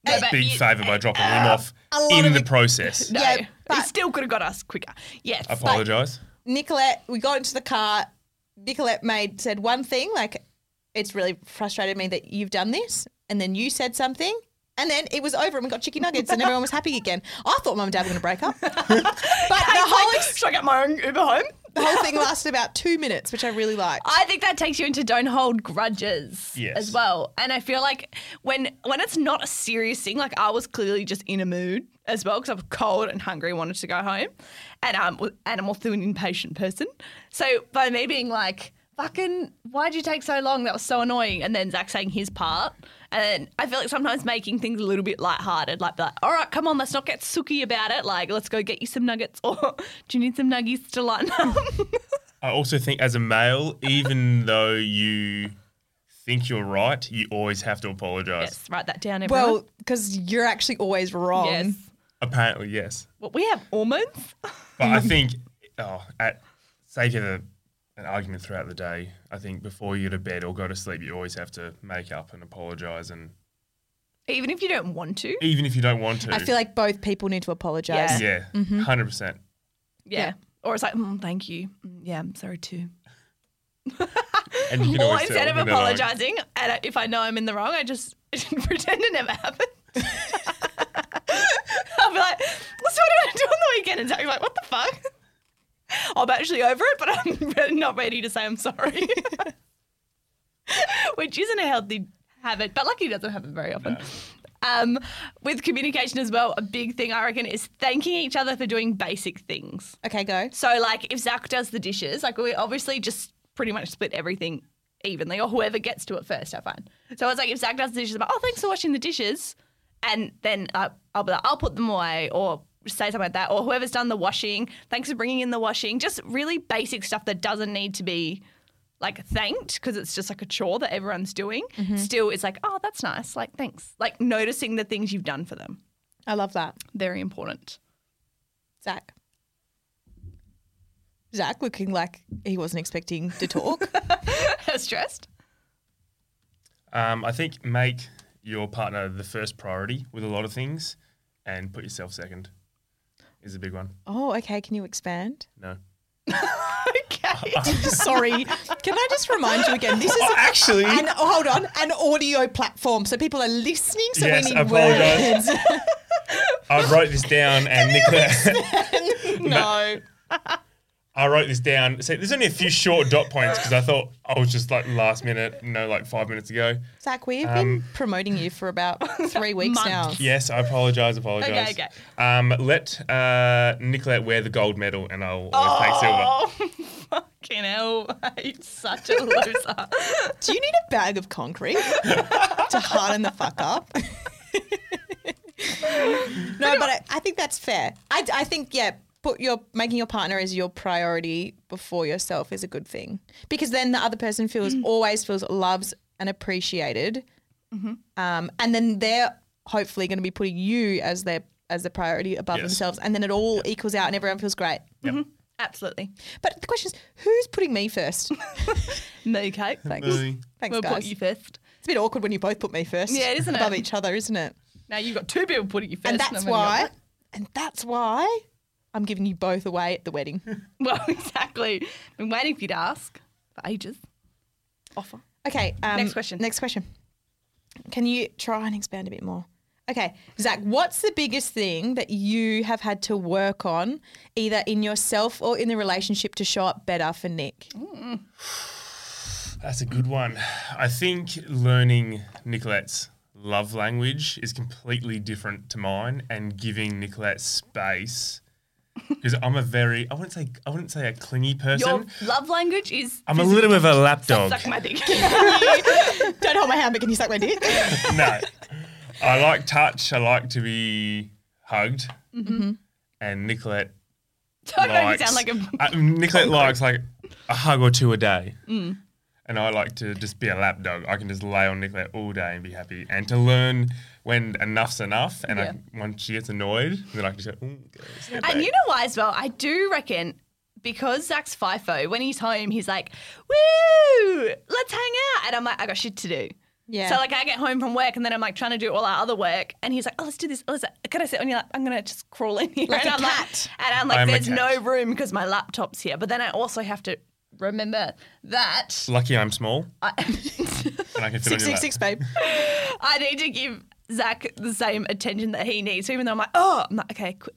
Speaker 1: No,
Speaker 5: a
Speaker 1: but
Speaker 5: big
Speaker 1: you-
Speaker 5: favour by dropping him off
Speaker 2: a lot
Speaker 5: in
Speaker 2: of
Speaker 5: the
Speaker 2: it-
Speaker 5: process.
Speaker 1: No,
Speaker 2: Yeah,
Speaker 1: he
Speaker 2: but-
Speaker 1: still could have got us quicker. Yes.
Speaker 5: I apologise.
Speaker 2: Nicolette, we got into the car. Nicolette made said one thing, like, it's really frustrated me that you've done this. And then you said something. And then it was over and we got chicken nuggets and everyone was happy again. I thought mum and dad were going to break up. But the whole, ex-
Speaker 1: Should I get my own Uber home?
Speaker 2: the whole thing lasted about two minutes, which I really liked.
Speaker 1: I think that takes you into don't hold grudges
Speaker 5: Yes.
Speaker 1: as well. And I feel like when when it's not a serious thing, like I was clearly just in a mood as well because I was cold and hungry, wanted to go home, and um, and I'm also an impatient person. So by me being like, "Fucking, why'd you take so long? That was so annoying," and then Zach saying his part. And I feel like sometimes making things a little bit lighthearted, like, be like, all right, come on, let's not get sooky about it. Like, let's go get you some nuggets, or do you need some nuggies to lighten up?
Speaker 5: I also think as a male, even though you think you're right, you always have to apologise.
Speaker 1: yes, write that down, everyone.
Speaker 2: well, um, because you're actually always wrong.
Speaker 1: yes.
Speaker 5: Apparently, yes.
Speaker 1: Well, we have almonds.
Speaker 5: But I think, oh, at say if you have a, an argument throughout the day, I think before you go to bed or go to sleep, you always have to make up and apologise, and
Speaker 1: Even if you don't want to.
Speaker 5: even if you don't want to,
Speaker 2: I feel like both people need to apologize.
Speaker 1: Yeah.
Speaker 5: yeah, 100 percent.
Speaker 1: Yeah. Or it's like, mm, thank you. Mm, yeah, I'm sorry too.
Speaker 5: And you can
Speaker 1: Or
Speaker 5: always
Speaker 1: instead
Speaker 5: tell
Speaker 1: of
Speaker 5: when they're lying.
Speaker 1: apologising, and I- if I know I'm in the wrong, I just pretend it never happened. I'll be like, "Well, so what did I do on the weekend? And Zach's like, what the fuck? I'm actually over it, but I'm re- not ready to say I'm sorry. Which isn't a healthy habit, but lucky it doesn't happen very often. Um, with communication as well, a big thing I reckon is thanking each other for doing basic things.
Speaker 2: Okay, go.
Speaker 1: So like if Zach does the dishes, like we obviously just pretty much split everything evenly, or whoever gets to it first, I find. So it's like if Zach does the dishes, I'm like, oh, thanks for washing the dishes, and then uh, I'll be like, I'll put them away, or say something like that, or whoever's done the washing, thanks for bringing in the washing. Just really basic stuff that doesn't need to be like thanked because it's just like a chore that everyone's doing. Still, it's like, oh, that's nice. Like thanks. Like noticing the things you've done for them,
Speaker 2: I love that.
Speaker 1: very important.
Speaker 2: Zach. Zach looking like he wasn't expecting to talk.
Speaker 1: Stressed.
Speaker 5: Um, I think make your partner the first priority with a lot of things, and put yourself second is a big one.
Speaker 2: oh, okay. Can you expand?
Speaker 5: No.
Speaker 1: Okay.
Speaker 2: Sorry. Can I just remind you again? This is
Speaker 5: Oh, actually,
Speaker 2: an hold on, an audio platform, so people are listening. So
Speaker 5: Yes,
Speaker 2: we
Speaker 5: I
Speaker 2: need
Speaker 5: apologise.
Speaker 2: words.
Speaker 5: I wrote this down, and Nicola,
Speaker 2: no,
Speaker 5: I wrote this down. So there's only a few short dot points because I thought I was just like last minute, you know, like five minutes ago.
Speaker 2: Zach, we've
Speaker 5: Um,
Speaker 2: been promoting you for about three weeks now.
Speaker 5: Yes, I apologise. Apologise.
Speaker 1: Okay,
Speaker 5: okay. Um, let uh, Nicolette wear the gold medal, and I'll always take silver.
Speaker 1: Oh, fucking hell. mate. Such a loser.
Speaker 2: Do you need a bag of concrete to harden the fuck up? no, but I, I think that's fair. I, I think yeah, put your making your partner as your priority before yourself is a good thing because then the other person feels
Speaker 1: Mm.
Speaker 2: always feels loved and appreciated,
Speaker 1: Mm-hmm.
Speaker 2: um, and then they're hopefully going to be putting you as their as the priority above
Speaker 5: Yes.
Speaker 2: themselves, and then it all equals out and everyone feels great.
Speaker 1: Absolutely.
Speaker 2: But the question is, who's putting me first?
Speaker 1: Me, Kate. Thanks.
Speaker 2: Thanks,
Speaker 1: we'll
Speaker 2: guys.
Speaker 1: put you first.
Speaker 2: It's a bit awkward when you both put me first.
Speaker 1: Yeah, isn't it?
Speaker 2: Above each other, isn't it?
Speaker 1: Now you've got two people putting you first.
Speaker 2: and that's
Speaker 1: I'm gonna
Speaker 2: why. And that's why I'm giving you both away at the wedding.
Speaker 1: go- Well, exactly. Been waiting for you to ask for ages. Offer.
Speaker 2: Okay. Um,
Speaker 1: Next question.
Speaker 2: Next question. Can you try and expand a bit more? Okay, Zach, what's the biggest thing that you have had to work on, either in yourself or in the relationship, to show up better for Nick?
Speaker 5: That's a good one. I think learning Nicolette's love language is completely different to mine, and giving Nicolette space because I'm a very I wouldn't say I wouldn't say a clingy person.
Speaker 1: Your love language is
Speaker 5: I'm a little bit of a lapdog.
Speaker 1: suck my dick.
Speaker 2: Don't hold my hand, but can you suck my dick?
Speaker 5: no, I like touch. I like to be hugged, and Nicolette
Speaker 1: Don't make me Mm-hmm.
Speaker 5: likes
Speaker 1: sound like a
Speaker 5: uh, Nicolette likes like a hug or two a day.
Speaker 1: Mm.
Speaker 5: And I like to just be a lap dog. I can just lay on Nicolette all day and be happy, and to learn when enough's enough. And I, when she gets annoyed, then I can just go. "Ooh, girl, step back."
Speaker 1: And you know why as well? I do reckon because Zach's FIFO, when he's home, he's like, woo, let's hang out. And I'm like, I got shit to do.
Speaker 2: Yeah.
Speaker 1: So like I get home from work and then I'm like trying to do all our other work and he's like, oh let's do this. Oh, let's, can I sit on your lap? I'm gonna just crawl in here.
Speaker 2: Like
Speaker 1: and
Speaker 2: a
Speaker 1: I'm
Speaker 2: cat.
Speaker 1: Like, and I'm like,
Speaker 5: I'm a
Speaker 1: there's
Speaker 5: cat.
Speaker 1: no room because my laptop's here. But then I also have to remember that
Speaker 5: Lucky I'm small,
Speaker 1: I,
Speaker 5: and I can fit
Speaker 2: Six,
Speaker 5: on your
Speaker 2: six,
Speaker 5: lap.
Speaker 2: six, babe.
Speaker 1: I need to give Zach the same attention that he needs. So even though I'm like, oh, I'm like, okay, qu-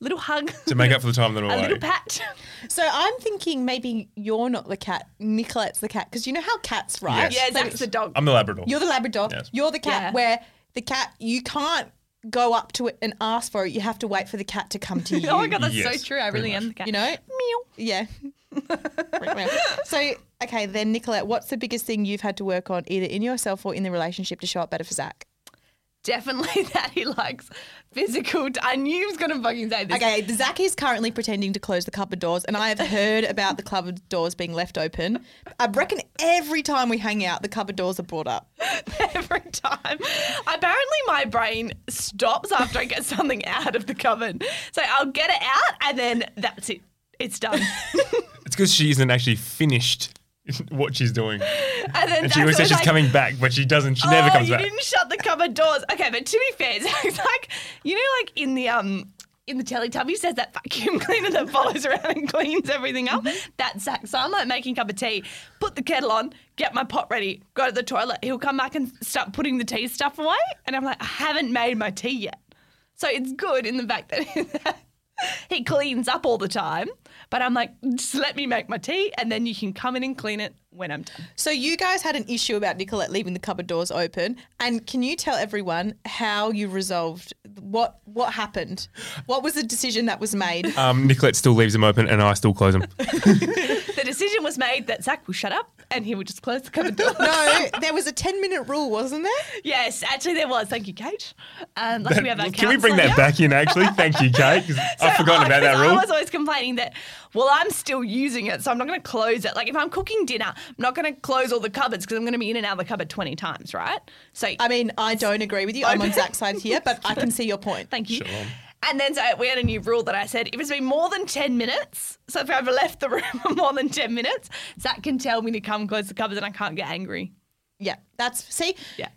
Speaker 1: little hug,
Speaker 5: to make up for the time that I'm
Speaker 1: a little
Speaker 5: away.
Speaker 1: pat.
Speaker 2: So I'm thinking maybe you're not the cat. Nicolette's the cat because you know how cats, right?
Speaker 5: Yes.
Speaker 1: Yeah,
Speaker 5: Yeah,
Speaker 1: Zach's the dog.
Speaker 5: I'm the Labrador.
Speaker 2: You're the Labrador.
Speaker 5: Yes.
Speaker 2: You're the cat
Speaker 1: Yeah.
Speaker 2: where the cat you can't go up to it and ask for it. You have to wait for the cat to come to you.
Speaker 1: oh my god, that's
Speaker 5: Yes,
Speaker 1: so true. I
Speaker 5: pretty
Speaker 1: really am the cat.
Speaker 2: You know? Yeah. so okay, then Nicolette, what's the biggest thing you've had to work on either in yourself or in the relationship to show up better for Zach?
Speaker 1: Definitely that he likes physical. I knew he was gonna fucking say this.
Speaker 2: Okay, Zach is currently pretending to close the cupboard doors, and I have heard about the cupboard doors being left open. I reckon every time we hang out, the cupboard doors are brought up.
Speaker 1: every time. Apparently, my brain stops after I get something out of the cupboard. So I'll get it out, and then that's it. It's done.
Speaker 5: It's because she isn't actually finished what she's doing.
Speaker 1: And then
Speaker 5: And
Speaker 1: that's
Speaker 5: she always says
Speaker 1: always
Speaker 5: she's
Speaker 1: like,
Speaker 5: coming back, but she doesn't. She never
Speaker 1: oh,
Speaker 5: comes
Speaker 1: you
Speaker 5: back.
Speaker 1: didn't shut the cupboard doors. Okay, but to be fair, Zach's like, you know, like in the um. In the Teletubbies, there's that vacuum cleaner that follows around and cleans everything up.
Speaker 5: Mm-hmm.
Speaker 1: That's Zach. So I'm like making a cup of tea, put the kettle on, get my pot ready, go to the toilet. He'll come back and start putting the tea stuff away. And I'm like, I haven't made my tea yet. So it's good in the fact that he cleans up all the time. But I'm like, just let me make my tea and then you can come in and clean it when I'm done.
Speaker 2: So you guys had an issue about Nicolette leaving the cupboard doors open, and can you tell everyone how you resolved what what happened? What was the decision that was made?
Speaker 5: Um, Nicolette still leaves them open, and I still close them.
Speaker 1: The decision was made that Zach will shut up and he will just close the cupboard door.
Speaker 2: No, there was a ten minute rule, wasn't there?
Speaker 1: yes, actually there was. Thank you, Kate. Um, like we have our
Speaker 5: Can we bring
Speaker 1: counsellor
Speaker 5: that back in, actually? Thank you, Kate. 'cause I've forgotten
Speaker 1: Oh,
Speaker 5: about that
Speaker 1: 'cause I
Speaker 5: rule.
Speaker 1: was always complaining that, well, I'm still using it, so I'm not going to close it. Like if I'm cooking dinner, I'm not going to close all the cupboards because I'm going to be in and out of the cupboard 20 times, right? So
Speaker 5: Um,
Speaker 2: I mean, I don't agree with you. I'm on Zach's side here, but I can see your point.
Speaker 1: Thank you.
Speaker 5: Shalom.
Speaker 1: And then so we had a new rule that I said if it's been more than 10 minutes, so if I've left the room for more than 10 minutes, Zach can tell me to come close the cupboards and I can't get angry.
Speaker 2: Yeah, that's see
Speaker 1: Yeah.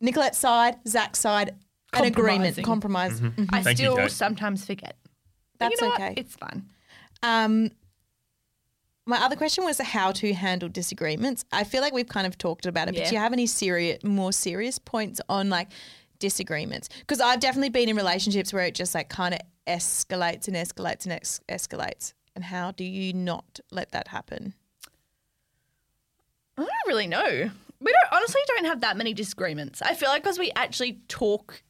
Speaker 2: Nicolette's side, Zach's side, an agreement,
Speaker 1: Compromising. Mm-hmm.
Speaker 2: compromise. Mhm.
Speaker 1: I
Speaker 5: Thank you,
Speaker 1: still
Speaker 5: Kate.
Speaker 1: sometimes forget. But
Speaker 2: That's
Speaker 1: you know
Speaker 2: okay.
Speaker 1: What? It's fun.
Speaker 2: Um, my other question was how to handle disagreements. I feel like we've kind of talked about it, but
Speaker 1: Yeah.
Speaker 2: do you have any serious, more serious points on like disagreements? Because I've definitely been in relationships where it just like kind of escalates and escalates and ex- escalates. And how do you not let that happen?
Speaker 1: I don't really know. We don't honestly don't have that many disagreements. I feel like because we actually talk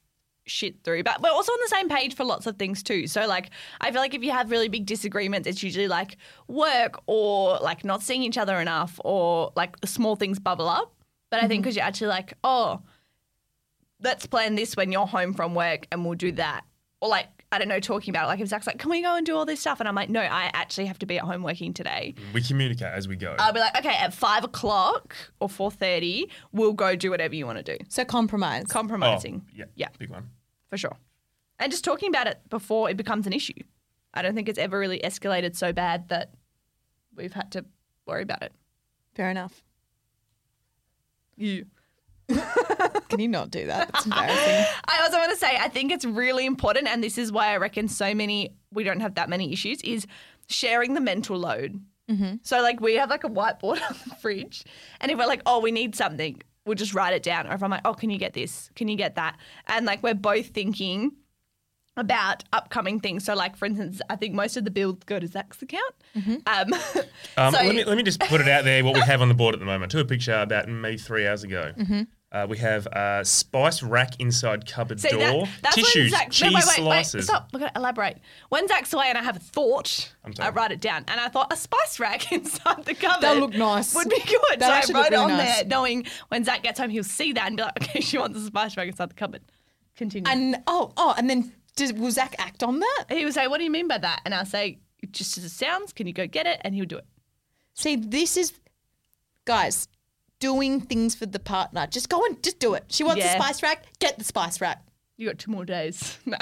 Speaker 1: shit through, but we're also on the same page for lots of things too. So like, I feel like if you have really big disagreements, it's usually like work or like not seeing each other enough or like small things bubble up. But I think because you're actually like, oh, let's plan this when you're home from work and we'll do that. Or like, I don't know, talking about it. Like if Zach's like, can we go and do all this stuff? And I'm like, no, I actually have to be at home working today.
Speaker 5: We communicate as we go.
Speaker 1: I'll be like, okay, at five o'clock or four thirty, we'll go do whatever you want to do.
Speaker 2: So compromise.
Speaker 5: Oh,
Speaker 1: Compromising,
Speaker 5: yeah,
Speaker 1: Yeah.
Speaker 5: big one.
Speaker 1: for sure. And just talking about it before it becomes an issue. I don't think it's ever really escalated so bad that we've had to worry about it.
Speaker 2: Fair enough.
Speaker 1: You.
Speaker 2: Can you not do that? That's embarrassing.
Speaker 1: I also want to say I think it's really important, and this is why I reckon so many we don't have that many issues is sharing the mental load. So like we have like a whiteboard on the fridge, and if we're like, oh, we need something, we'll just write it down. Or if I'm like, oh, can you get this? Can you get that? And like we're both thinking about upcoming things. So, like for instance, I think most of the builds go to Zach's account. Um,
Speaker 5: Um,
Speaker 1: So-
Speaker 5: let, me, let me just put it out there what we have on the board at the moment. I took a picture about maybe three hours ago.
Speaker 1: Mm-hmm.
Speaker 5: Uh, we have uh, spice rack inside cupboard
Speaker 1: See,
Speaker 5: door,
Speaker 1: that, that's
Speaker 5: tissues,
Speaker 1: when Zach,
Speaker 5: cheese
Speaker 1: no, wait, wait,
Speaker 5: slices.
Speaker 1: Wait, stop. Look at elaborate. When Zach's away and I have a thought,
Speaker 5: I'm sorry.
Speaker 1: I write it down. And I thought a spice rack inside the cupboard.
Speaker 2: That'll look nice.
Speaker 1: Would be good.
Speaker 2: That'll
Speaker 1: so
Speaker 2: actually
Speaker 1: I wrote it
Speaker 2: look really
Speaker 1: on
Speaker 2: nice.
Speaker 1: there knowing when Zach gets home, he'll see that and be like, okay, she wants a spice rack inside the cupboard. Continue.
Speaker 2: And oh, oh, and then did, will Zach act on that?
Speaker 1: he would say, what do you mean by that? And I'll say, "It just as it sounds, can you go get it? And he'll do it.
Speaker 2: See, this is, guys, doing things for the partner. Just go and just do it. She wants
Speaker 1: Yeah.
Speaker 2: the spice rack. Get the spice rack.
Speaker 1: You got two more days. No,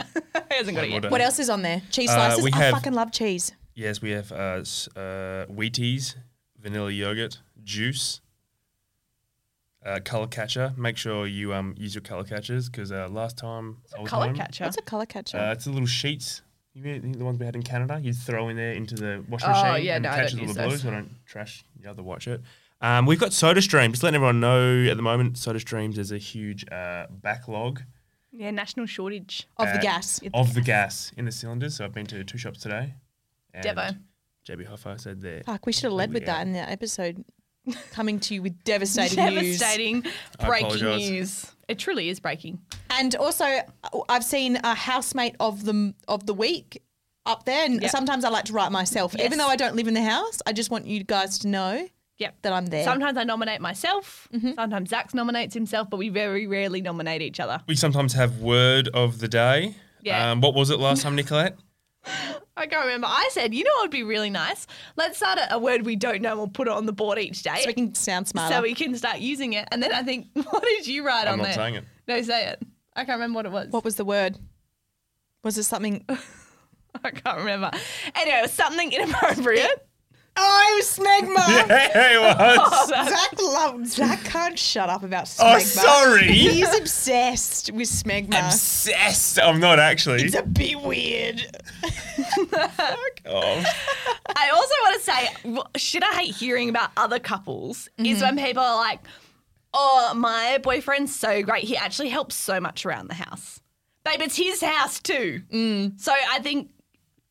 Speaker 1: he hasn't got it
Speaker 5: One more
Speaker 1: yet.
Speaker 5: day.
Speaker 2: What else is on there? Cheese
Speaker 5: Uh,
Speaker 2: slices.
Speaker 5: we
Speaker 2: I
Speaker 5: have-
Speaker 2: fucking love cheese.
Speaker 5: Yes, we have uh, s- uh, Wheaties, vanilla yogurt, juice, uh, color catcher. Make sure you um, use your color catchers because uh, last time I was
Speaker 1: Color
Speaker 5: home,
Speaker 1: catcher.
Speaker 2: What's a color catcher?
Speaker 5: Uh, it's the little sheets. You mean the ones we had in Canada? You throw in there into the washing
Speaker 1: Oh,
Speaker 5: machine
Speaker 1: yeah,
Speaker 5: and
Speaker 1: no, I
Speaker 5: catch
Speaker 1: don't
Speaker 5: the
Speaker 1: use
Speaker 5: little blue
Speaker 1: those.
Speaker 5: so I don't trash the other white shirt. Um, we've got SodaStream. Just letting everyone know at the moment, SodaStreams is a huge uh, backlog
Speaker 1: Yeah, national shortage.
Speaker 2: of the
Speaker 5: uh,
Speaker 2: gas.
Speaker 5: of the gas in the cylinders. So I've been to two shops today. And
Speaker 1: Devo.
Speaker 5: JB Hoffa said there.
Speaker 2: Fuck, we should have led with that in the episode. Coming to you with devastating, news.
Speaker 1: Devastating, breaking
Speaker 5: apologise.
Speaker 1: news. It truly is breaking.
Speaker 2: And also, I've seen a housemate of the of the week up there, and
Speaker 1: Yeah.
Speaker 2: sometimes I like to write myself,
Speaker 1: Yes.
Speaker 2: even though I don't live in the house. I just want you guys to know
Speaker 1: Yep.
Speaker 2: that I'm there.
Speaker 1: Sometimes I nominate myself.
Speaker 2: Mm-hmm.
Speaker 1: Sometimes Zach nominates himself, but we very rarely nominate each other.
Speaker 5: We sometimes have word of the day.
Speaker 1: Yeah.
Speaker 5: Um, what was it last time, Nicolette?
Speaker 1: I can't remember. I said, you know what would be really nice? Let's start a, a word we don't know and we'll put it on the board each day.
Speaker 2: so we can sound smarter.
Speaker 1: so we can start using it. And then I think, what did you write
Speaker 5: I'm
Speaker 1: on
Speaker 5: not
Speaker 1: there?
Speaker 5: saying it.
Speaker 1: No, say it. I can't remember what it was.
Speaker 2: what was the word? Was it something?
Speaker 1: I can't remember. Anyway, it was something inappropriate.
Speaker 2: oh, smegma!
Speaker 5: hey,
Speaker 2: Oh,
Speaker 5: what?
Speaker 2: Zach loves. Zach can't shut up about smegma.
Speaker 5: oh, sorry.
Speaker 2: He's obsessed with smegma.
Speaker 5: Obsessed. I'm not actually.
Speaker 2: it's a bit weird.
Speaker 5: Oh,
Speaker 1: I also want to say, wh- shit, I hate hearing about other couples is when people are like, oh, my boyfriend's so great. He actually helps so much around the house. Babe, it's his house too. So I think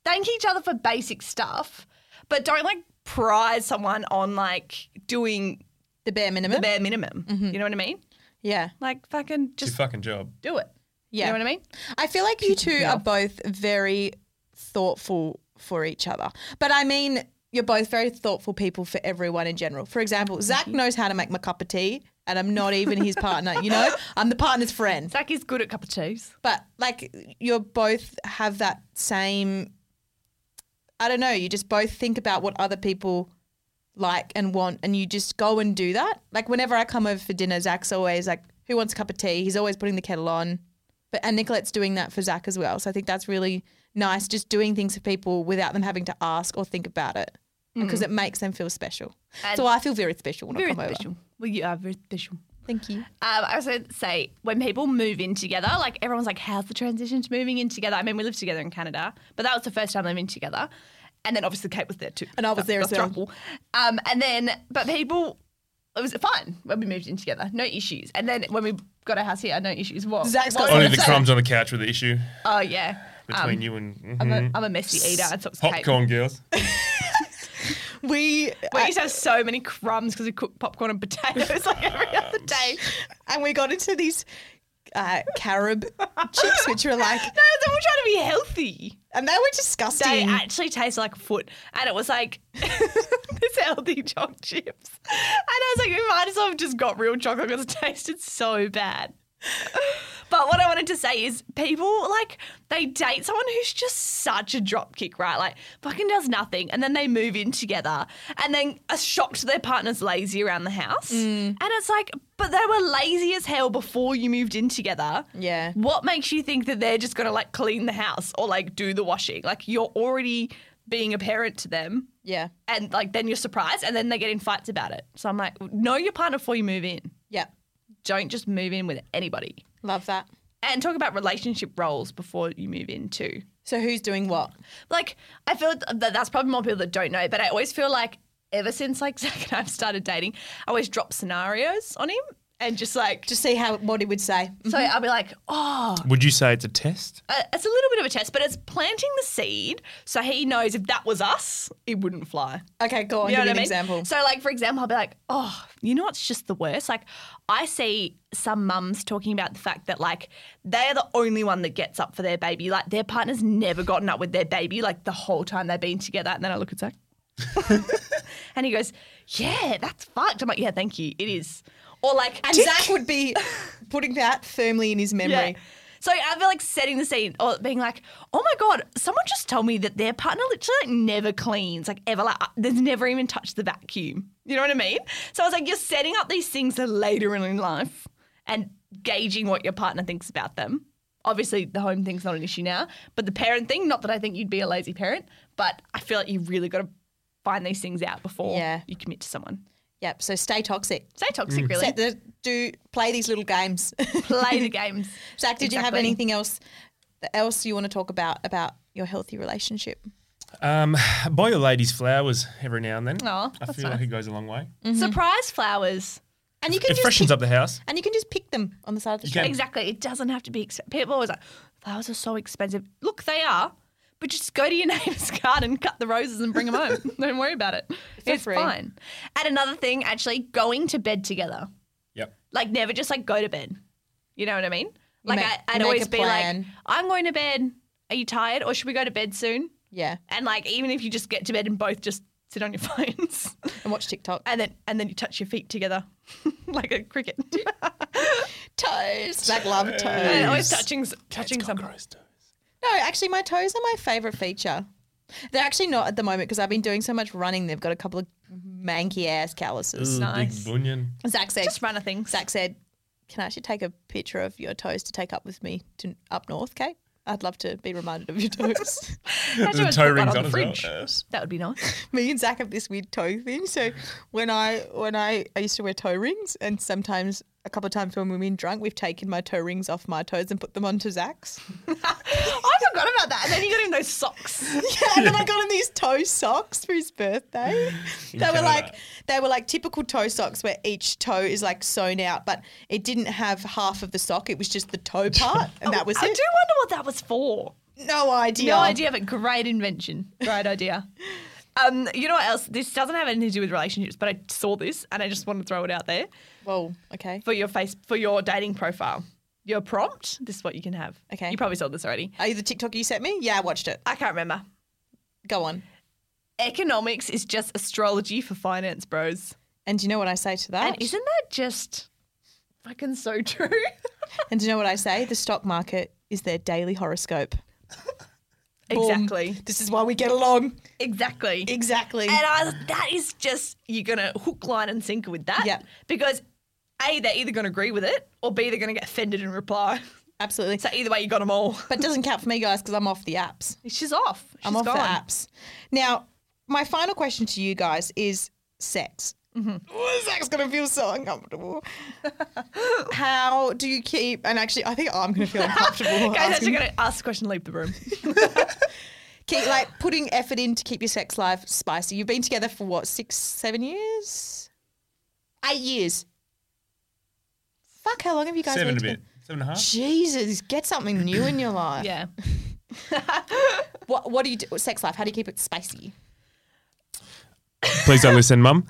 Speaker 1: thank each other for basic stuff, but don't like prize someone on like doing
Speaker 2: The bare minimum.
Speaker 1: the bare minimum. You know what I mean?
Speaker 2: yeah.
Speaker 1: Like fucking
Speaker 5: it's
Speaker 1: just
Speaker 5: your fucking job.
Speaker 1: do it.
Speaker 2: Yeah.
Speaker 1: You know what I mean?
Speaker 2: I feel like you two are both very thoughtful for each other. But I mean, you're both very thoughtful people for everyone in general. For example, Zach knows how to make my cup of tea, and I'm not even his partner, you know? I'm the partner's friend.
Speaker 1: Zach is good at cup of teas.
Speaker 2: But like, you're both have that same, I don't know, you just both think about what other people like and want, and you just go and do that. Like, whenever I come over for dinner, Zach's always like, who wants a cup of tea? He's always putting the kettle on. But and Nicolette's doing that for Zach as well. So I think that's really nice, just doing things for people without them having to ask or think about it, because it makes them feel special. so I feel very special when I
Speaker 1: Mm-hmm. Very
Speaker 2: come over.
Speaker 1: special. Well, you are very special.
Speaker 2: Thank you.
Speaker 1: Um, I also say when people move in together, like everyone's like, how's the transition to moving in together? I mean, we lived together in Canada, but that was the first time living together. And then obviously Kate was there too.
Speaker 2: And I was there as
Speaker 1: that's
Speaker 2: well.
Speaker 1: trouble. Um, and then, but people, it was fine when we moved in together, no issues. And then when we got our house here, no issues. What?
Speaker 2: Zach's
Speaker 1: what
Speaker 2: got
Speaker 1: was
Speaker 5: Only
Speaker 1: I
Speaker 5: the
Speaker 1: saying?
Speaker 5: crumbs on the couch were the issue
Speaker 1: Oh, yeah.
Speaker 2: Um,
Speaker 5: between you and mhm.
Speaker 1: I'm, a, I'm a messy eater. And so it's Kate.
Speaker 5: popcorn girls.
Speaker 2: We
Speaker 1: We uh, used to have so many crumbs because we cooked popcorn and potatoes like every other day.
Speaker 2: and we got into these uh, carob chips, which were like,
Speaker 1: No, they were trying to be healthy.
Speaker 2: and they were disgusting.
Speaker 1: They actually taste like a foot. And it was like this healthy choc chips. And I was like, we might as well have just got real chocolate because it tasted so bad. But what I wanted to say is people like they date someone who's just such a dropkick, right? Like fucking does nothing and then they move in together and then are shocked their partner's lazy around the house.
Speaker 2: Mm.
Speaker 1: And it's like, but they were lazy as hell before you moved in together.
Speaker 2: Yeah.
Speaker 1: What makes you think that they're just gonna like clean the house or like do the washing? Like you're already being a parent to them
Speaker 2: yeah,
Speaker 1: and like then you're surprised and then they get in fights about it. So I'm like, know your partner before you move in.
Speaker 2: yeah,
Speaker 1: Don't just move in with anybody.
Speaker 2: love that.
Speaker 1: And talk about relationship roles before you move in too.
Speaker 2: So who's doing what?
Speaker 1: Like I feel th- that that's probably more people that don't know, but I always feel like ever since like Zach and I've started dating, I always drop scenarios on him. and just like
Speaker 2: Just see how what he would say. Mm.
Speaker 1: so I'll be like, oh,
Speaker 6: Would you say it's a test?
Speaker 1: uh, it's a little bit of a test, but it's planting the seed so he knows if that was us, it wouldn't fly.
Speaker 2: Okay, go on.
Speaker 1: You know what
Speaker 2: give
Speaker 1: I
Speaker 2: me an
Speaker 1: mean?
Speaker 2: example.
Speaker 1: So, like for example, I'll be like, "Oh, you know what's just the worst? Like, I see some mums talking about the fact that like they're the only one that gets up for their baby. Like their partner's never gotten up with their baby like the whole time they've been together." And then I look at Zach, and he goes, "Yeah, that's fucked." I'm like, "Yeah, thank you. It is." Or like,
Speaker 2: and Zach would be putting that firmly in his memory.
Speaker 1: yeah. So I feel like setting the scene or being like, oh my God, someone just told me that their partner literally like never cleans, like ever, like uh, they've never even touched the vacuum. You know what I mean? So I was like, you're setting up these things that later in life and gauging what your partner thinks about them. Obviously, the home thing's not an issue now, but the parent thing, not that I think you'd be a lazy parent, but I feel like you've really got to find these things out before
Speaker 2: Yeah.
Speaker 1: you commit to someone.
Speaker 2: Yep. So stay toxic.
Speaker 1: Stay toxic, really.
Speaker 2: Set the, do play these little games.
Speaker 1: Play the games.
Speaker 2: Zach, did you have
Speaker 1: Exactly.
Speaker 2: anything else else you want to talk about about your healthy relationship?
Speaker 6: Um, buy your ladies flowers every now and then.
Speaker 1: Aw,
Speaker 6: I
Speaker 1: that's
Speaker 6: feel like it goes a long way.
Speaker 2: Mm.
Speaker 1: Mm-hmm. Surprise flowers.
Speaker 2: And you can
Speaker 6: It
Speaker 2: just
Speaker 6: freshens
Speaker 2: pick,
Speaker 6: up the house.
Speaker 2: and you can just pick them on the side of the
Speaker 6: You
Speaker 2: shop.
Speaker 6: can.
Speaker 1: Exactly. It doesn't have to be expensive. People always like, flowers are so expensive. Look, they are. But just go to your neighbour's garden, cut the roses, and bring them home. Don't worry about it. it's
Speaker 2: free.
Speaker 1: fine. And another thing, actually, going to bed together.
Speaker 6: Yep.
Speaker 1: Like, never just like go to bed. You know what I mean? Like,
Speaker 2: make-
Speaker 1: I, I'd
Speaker 2: make
Speaker 1: always
Speaker 2: a
Speaker 1: be like,
Speaker 2: plan.
Speaker 1: I'm going to bed. Are you tired? Or should we go to bed soon?
Speaker 2: Yeah.
Speaker 1: And like, even if you just get to bed and both just sit on your phones,
Speaker 2: And watch TikTok.
Speaker 1: and then and then you touch your feet together, like a cricket.
Speaker 2: Toes. Zach love toes.
Speaker 1: And always touching touching something.
Speaker 2: No, actually, my toes are my favorite feature. They're actually not at the moment because I've been doing so much running. They've got a couple of manky ass calluses.
Speaker 1: Nice.
Speaker 5: Big bunion.
Speaker 2: Zach said.
Speaker 1: Just run a thing.
Speaker 2: Zach said, "Can I actually take a picture of your toes to take up with me to up north, Kate? I'd love to be reminded of your toes."
Speaker 1: Imagine if
Speaker 5: The
Speaker 1: I
Speaker 5: toe
Speaker 1: put one on
Speaker 5: rings on
Speaker 1: the
Speaker 5: as well.
Speaker 1: fridge.
Speaker 5: Yes.
Speaker 1: That would be nice.
Speaker 2: me and Zach have this weird toe thing. So when I when I I used to wear toe rings, and sometimes a couple of times when we've been drunk, we've taken my toe rings off my toes and put them onto Zach's.
Speaker 1: I forgot about that. And then you got him those socks.
Speaker 2: Yeah, and then I got him these toe socks for his birthday. they were
Speaker 5: Canada.
Speaker 2: like they were like typical toe socks where each toe is like sewn out, but it didn't have half of the sock. It was just the toe part, and that was
Speaker 1: Oh, I do
Speaker 2: it.
Speaker 1: wonder what that was for.
Speaker 2: No idea.
Speaker 1: No idea, but great invention. Great idea. Um, you know what else? This doesn't have anything to do with relationships, but I saw this and I just want to throw it out there
Speaker 2: Well, okay.
Speaker 1: for your face for your dating profile. Your prompt. This is what you can have.
Speaker 2: Okay.
Speaker 1: You probably saw this already.
Speaker 2: Are you the TikTok you sent me? Yeah, I watched it.
Speaker 1: I can't remember.
Speaker 2: Go on.
Speaker 1: Economics is just astrology for finance bros.
Speaker 2: And do you know what I say to that?
Speaker 1: And isn't that just fucking so true?
Speaker 2: And do you know what I say? The stock market is their daily horoscope. Boom.
Speaker 1: exactly.
Speaker 2: This is why we get along.
Speaker 1: Exactly.
Speaker 2: Exactly.
Speaker 1: And I, was- that is just you're gonna hook, line, and sinker with that.
Speaker 2: Yep.
Speaker 1: Because a they're either gonna agree with it or b they're gonna get offended and reply.
Speaker 2: Absolutely.
Speaker 1: So either way, you got them all.
Speaker 2: but it doesn't count for me, guys, because I'm off the apps.
Speaker 1: She's off. She's
Speaker 2: I'm off
Speaker 1: gone.
Speaker 2: the apps. Now, my final question to you guys is sex.
Speaker 1: Mm-hmm.
Speaker 2: Oh, Zach's gonna feel so uncomfortable. How do you keep? And actually, I think I'm gonna feel uncomfortable.
Speaker 1: Guys, actually
Speaker 2: asking-
Speaker 1: gonna ask the question, leave the room.
Speaker 2: keep like putting effort in to keep your sex life spicy. You've been together for what six, seven years, eight years. Fuck! How long have you guys
Speaker 5: Seven
Speaker 2: been
Speaker 5: a
Speaker 2: together?
Speaker 5: bit. Seven and a half.
Speaker 2: Jesus, get something new in your life.
Speaker 1: yeah.
Speaker 2: What What do you do? Sex life? How do you keep it spicy?
Speaker 6: Please don't listen, mum.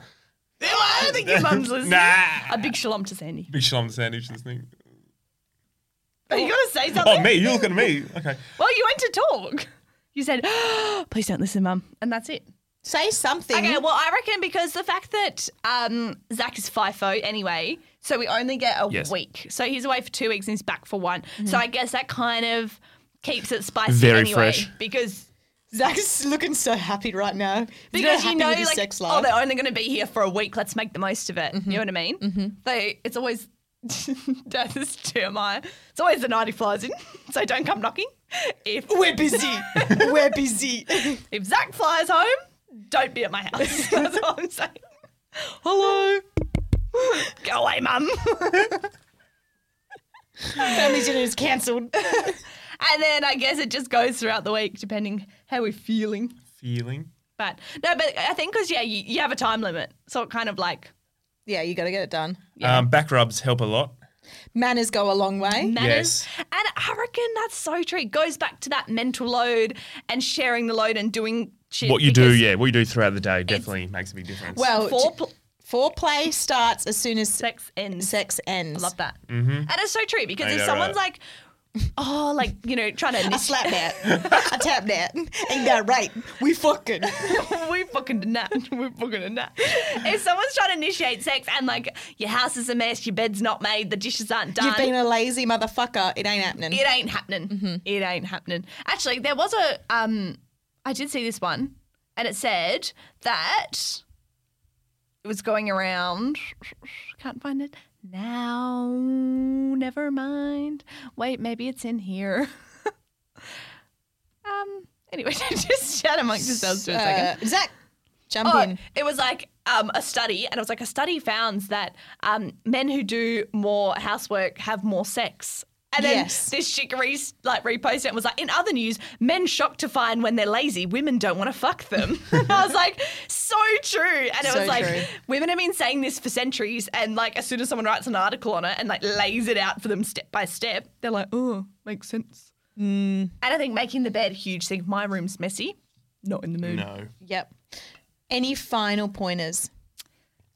Speaker 1: I don't think your mum's listening.
Speaker 5: Nah.
Speaker 1: A big shalom to Sandy.
Speaker 5: Big shalom to Sandy. She's listening.
Speaker 1: Are you gonna say something?
Speaker 5: Oh, me. You look at me. Okay.
Speaker 1: Well, you went to talk. You said, "Please don't listen, mum," and that's it.
Speaker 2: Say something.
Speaker 1: Okay, well, I reckon because the fact that um, Zach is FIFO anyway, so we only get a
Speaker 6: Yes. Mm-hmm.
Speaker 1: week. So he's away for two weeks and he's back for one. So I guess that kind of keeps it spicy
Speaker 6: Very
Speaker 1: anyway.
Speaker 6: fresh.
Speaker 1: Because
Speaker 2: Zach's looking so happy right now. He's
Speaker 1: because you
Speaker 2: not happy
Speaker 1: know,
Speaker 2: with his
Speaker 1: like,
Speaker 2: sex
Speaker 1: oh,
Speaker 2: life.
Speaker 1: they're only going to be here for a week. Let's make the most of it. You know what I mean? Mm-hmm. So it's always that's this TMI. It's always the night he flies in. So don't come knocking. If
Speaker 2: We're busy. We're busy.
Speaker 1: if Zach flies home, don't be at my house. That's all I'm saying. Hello. Go away, mum.
Speaker 2: Family dinner is cancelled.
Speaker 1: And then I guess it just goes throughout the week, depending how we're feeling.
Speaker 5: Feeling.
Speaker 1: But no, but I think because yeah, you, you have a time limit, so it kind of like
Speaker 2: Yeah, you got to get it done.
Speaker 5: Um, back rubs help a lot.
Speaker 2: Manners go a long way.
Speaker 1: manners.
Speaker 5: Yes.
Speaker 1: And I reckon that's so true. It goes back to that mental load and sharing the load and doing shit.
Speaker 5: What you do,
Speaker 1: because
Speaker 5: yeah, what you do throughout the day definitely makes a big difference.
Speaker 2: well,
Speaker 1: Four
Speaker 2: t-
Speaker 1: pl-
Speaker 2: foreplay starts as soon as sex,
Speaker 1: sex ends.
Speaker 2: ends.
Speaker 1: Love that. And it's so true because
Speaker 5: Mm-hmm. I
Speaker 1: if
Speaker 5: know,
Speaker 1: someone's
Speaker 5: right?
Speaker 1: like, oh, like, you know, trying to
Speaker 2: I
Speaker 1: initiate,
Speaker 2: slap that. I tap that. Ain't that right? We fucking.
Speaker 1: we fucking did that. We fucking did that. If someone's trying to initiate sex and like your house is a mess, your bed's not made, the dishes aren't done.
Speaker 2: You've been Mm-hmm. a lazy motherfucker. It ain't happening.
Speaker 1: it ain't happening. It ain't happening. Actually, there was a um, I did see this one, and it said that it was going around. Can't find it now. Never mind. Wait, maybe it's in here. um. Anyway, just chat amongst yourselves for a second.
Speaker 2: Uh, Zach, jump
Speaker 1: Oh,
Speaker 2: in.
Speaker 1: it was like um, a study, and it was like a study found that um, men who do more housework have more sex. And then
Speaker 2: Yes.
Speaker 1: this chick re- like reposted it and was like, in other news, men shocked to find when they're lazy, women don't want to fuck them. I was like, so true. And it
Speaker 2: So
Speaker 1: was like,
Speaker 2: true.
Speaker 1: women have been saying this for centuries, and like as soon as someone writes an article on it and like lays it out for them step by step, they're like, oh, makes sense. And I think making the bed huge thing. My room's messy, not in the mood.
Speaker 5: no.
Speaker 2: Yep. Any final pointers?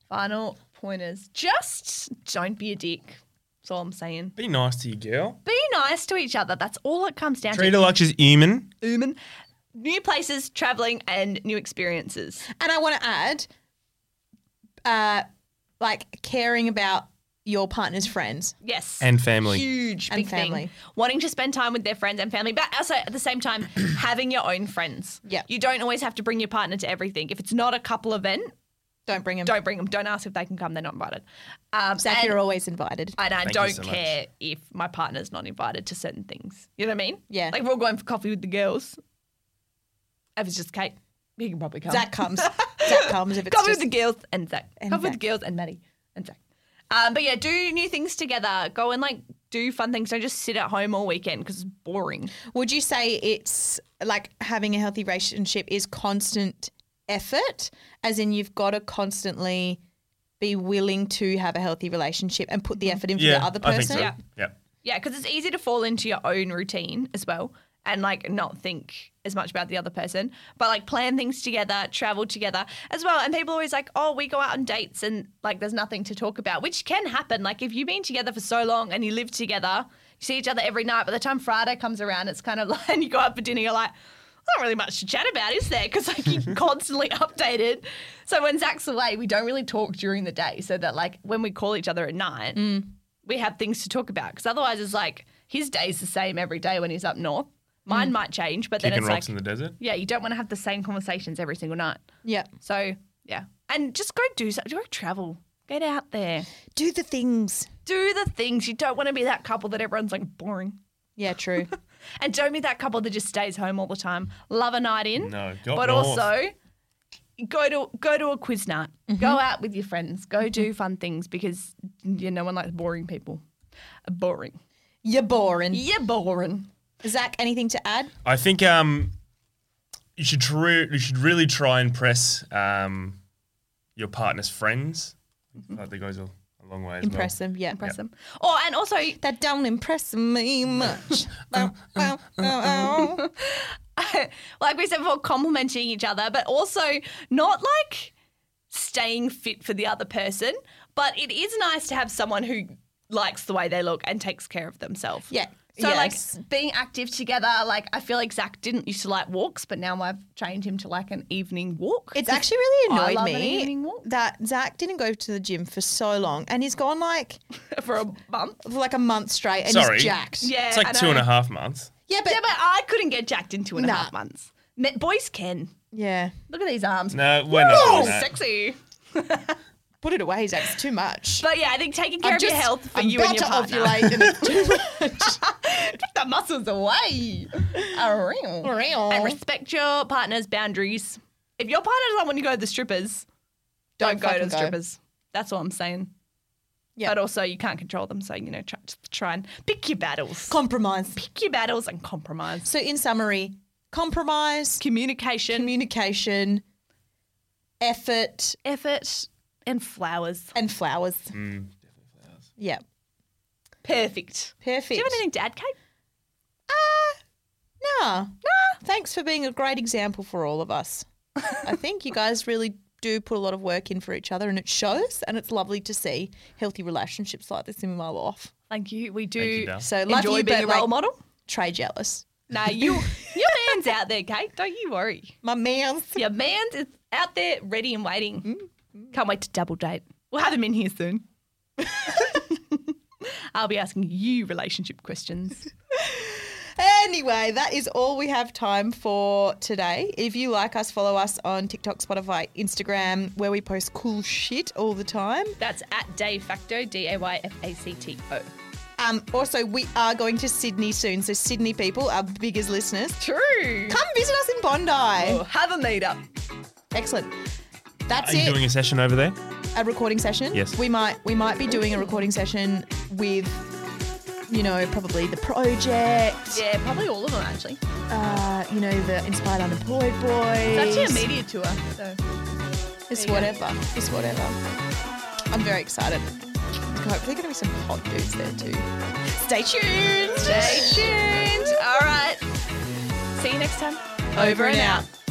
Speaker 1: Final pointers. Just don't be a dick. That's all I'm saying.
Speaker 5: Be nice to your girl.
Speaker 1: Be nice to each other. That's all it comes down
Speaker 5: Treat
Speaker 1: to.
Speaker 5: her like she's human.
Speaker 1: Ooman. New places, traveling, and new experiences.
Speaker 2: And I want to add, uh, like caring about your partner's friends.
Speaker 1: Yes.
Speaker 5: And family.
Speaker 1: Huge
Speaker 2: And
Speaker 1: big
Speaker 2: family.
Speaker 1: thing. Wanting to spend time with their friends and family, but also at the same time, having your own friends.
Speaker 2: Yeah.
Speaker 1: You don't always have to bring your partner to everything. If it's not a couple event,
Speaker 2: Don't bring them.
Speaker 1: don't bring them. Don't ask if they can come. They're not invited. Um,
Speaker 2: Zach,
Speaker 1: and,
Speaker 2: you're always invited.
Speaker 1: and I
Speaker 5: Thank you
Speaker 1: don't
Speaker 5: so much.
Speaker 1: care if my partner's not invited to certain things. You know what I mean?
Speaker 2: Yeah.
Speaker 1: Like we're all going for coffee with the girls. If it's just Kate, he can probably come.
Speaker 2: Zach comes. Zach comes if it's
Speaker 1: coffee
Speaker 2: just.
Speaker 1: with the girls and Zach.
Speaker 2: And
Speaker 1: coffee with
Speaker 2: Zach.
Speaker 1: the girls and Maddie and Zach. Um, but yeah, do new things together. Go and like do fun things. Don't just sit at home all weekend because it's boring.
Speaker 2: Would you say it's like having a healthy relationship is constant effort, as in you've got to constantly be willing to have a healthy relationship and put the effort in for
Speaker 5: Yeah,
Speaker 2: the other
Speaker 5: I think
Speaker 2: person?
Speaker 5: so. Yeah.
Speaker 1: Yeah, because it's easy to fall into your own routine as well and like not think as much about the other person, but like plan things together, travel together as well. And people are always like, oh, we go out on dates and like there's nothing to talk about, which can happen. Like if you've been together for so long and you live together, you see each other every night, by the time Friday comes around, it's kind of like, and you go out for dinner, you're like, there's not really much to chat about, is there? Because like you're constantly updated. So when Zach's away, we don't really talk during the day, so that like when we call each other at night, we have things to talk about because otherwise it's like his day's the same every day when he's up north. Mine might change, but then
Speaker 5: Kicking
Speaker 1: it's
Speaker 5: rocks
Speaker 1: like,
Speaker 5: in the desert.
Speaker 1: yeah, you don't want to have the same conversations every single night.
Speaker 2: Yeah.
Speaker 1: So yeah, and just go do something. Go travel. Get out there.
Speaker 2: Do the things.
Speaker 1: Do the things. You don't want to be that couple that everyone's like boring.
Speaker 2: Yeah, true.
Speaker 1: And don't be that couple that just stays home all the time. Love a night in.
Speaker 5: No, go up
Speaker 1: But
Speaker 5: north.
Speaker 1: also go to go to a quiz night. Go out with your friends. Go do fun things because you know no one likes boring people. Boring.
Speaker 2: You're boring.
Speaker 1: Yeah, boring.
Speaker 2: Zach, anything to add?
Speaker 5: I think um, you should tru- you should really try and press um, your partner's friends. I think that goes a, a long way. As
Speaker 2: Impress them. Yeah.
Speaker 1: Impress them. Oh, and also
Speaker 2: That don't impress me
Speaker 1: Um,
Speaker 2: much. Bow, bow, bow, bow.
Speaker 1: like we said before, complimenting each other, but also not like staying fit for the other person. But it is nice to have someone who likes the way they look and takes care of themselves.
Speaker 2: Yeah.
Speaker 1: So
Speaker 2: Yes.
Speaker 1: like being active together, like I feel like Zach didn't used to like walks, but now I've trained him to like an evening walk.
Speaker 2: It's actually really
Speaker 1: I
Speaker 2: annoyed
Speaker 1: love an
Speaker 2: me
Speaker 1: evening walk.
Speaker 2: that Zach didn't go to the gym for so long, and he's gone like
Speaker 1: for a month.
Speaker 2: for like a month straight, and
Speaker 5: Sorry.
Speaker 2: he's jacked.
Speaker 1: Yeah,
Speaker 5: Well. It's like two and a half months.
Speaker 2: yeah, but
Speaker 1: Yeah, but I couldn't get jacked in two and a
Speaker 2: Nah.
Speaker 1: half months. Me- Boys can.
Speaker 2: yeah,
Speaker 1: Look at these arms. Oh,
Speaker 5: No, we're not doing that.
Speaker 1: Sexy.
Speaker 2: put it away, Zach. It's too much.
Speaker 1: But yeah, I think taking care
Speaker 2: I'm
Speaker 1: of your
Speaker 2: just-
Speaker 1: health for
Speaker 2: I'm
Speaker 1: you
Speaker 2: about
Speaker 1: and your
Speaker 2: to
Speaker 1: partner.
Speaker 2: ovulate and it's too
Speaker 1: Put the muscles away. Are real.
Speaker 2: real.
Speaker 1: And respect your partner's boundaries. If your partner doesn't want you to go to the strippers, don't,
Speaker 2: Don't
Speaker 1: go to
Speaker 2: fucking
Speaker 1: the
Speaker 2: go.
Speaker 1: strippers. That's all I'm saying.
Speaker 2: Yeah.
Speaker 1: But also, you can't control them, so you know, try, just try and pick your battles.
Speaker 2: compromise.
Speaker 1: pick your battles and compromise.
Speaker 2: So in summary, compromise,
Speaker 1: Communication,
Speaker 2: communication, effort,
Speaker 1: effort, and flowers.
Speaker 2: and flowers.
Speaker 1: Mm.
Speaker 2: Yeah,
Speaker 1: Perfect.
Speaker 2: perfect.
Speaker 1: Do you have anything to add, Kate?
Speaker 2: Nah. Thanks for being a great example for all of us. I think you guys really do put a lot of work in for each other and it shows and it's lovely to see healthy relationships like this in my life.
Speaker 1: Thank you. We do
Speaker 5: you, Dal.
Speaker 2: So love
Speaker 1: enjoy
Speaker 2: you,
Speaker 1: being a
Speaker 2: but
Speaker 1: role
Speaker 2: like,
Speaker 1: model.
Speaker 2: Trey jealous.
Speaker 1: No, you, your man's out there, Kate. Don't you worry.
Speaker 2: My man's
Speaker 1: Your man's is out there, ready and waiting. Can't wait to double date. Mm-hmm. We'll have him in here soon. I'll be asking you relationship questions.
Speaker 2: Anyway, that is all we have time for today. If you like us, follow us on TikTok, Spotify, Instagram, where we post cool shit all the time.
Speaker 1: That's at De Facto, D A Y F A C T O.
Speaker 2: Um, also, we are going to Sydney soon. So, Sydney people, our biggest listeners,
Speaker 1: True.
Speaker 2: come visit us in Bondi.
Speaker 1: We'll have a meetup.
Speaker 2: Excellent. That's
Speaker 6: Are you
Speaker 2: it.
Speaker 6: doing a session over there?
Speaker 2: a recording session.
Speaker 6: Yes.
Speaker 2: We might we might be doing a recording session with you know, probably the project,
Speaker 1: Yeah, probably all of them actually.
Speaker 2: uh, you know, the Inspired Unemployed Boys.
Speaker 1: It's actually a media tour. So.
Speaker 2: It's whatever. It's whatever. I'm very excited. There's hopefully going to be some hot dudes there too. Stay tuned.
Speaker 1: Stay tuned. All right. See you next time.
Speaker 2: Over and out.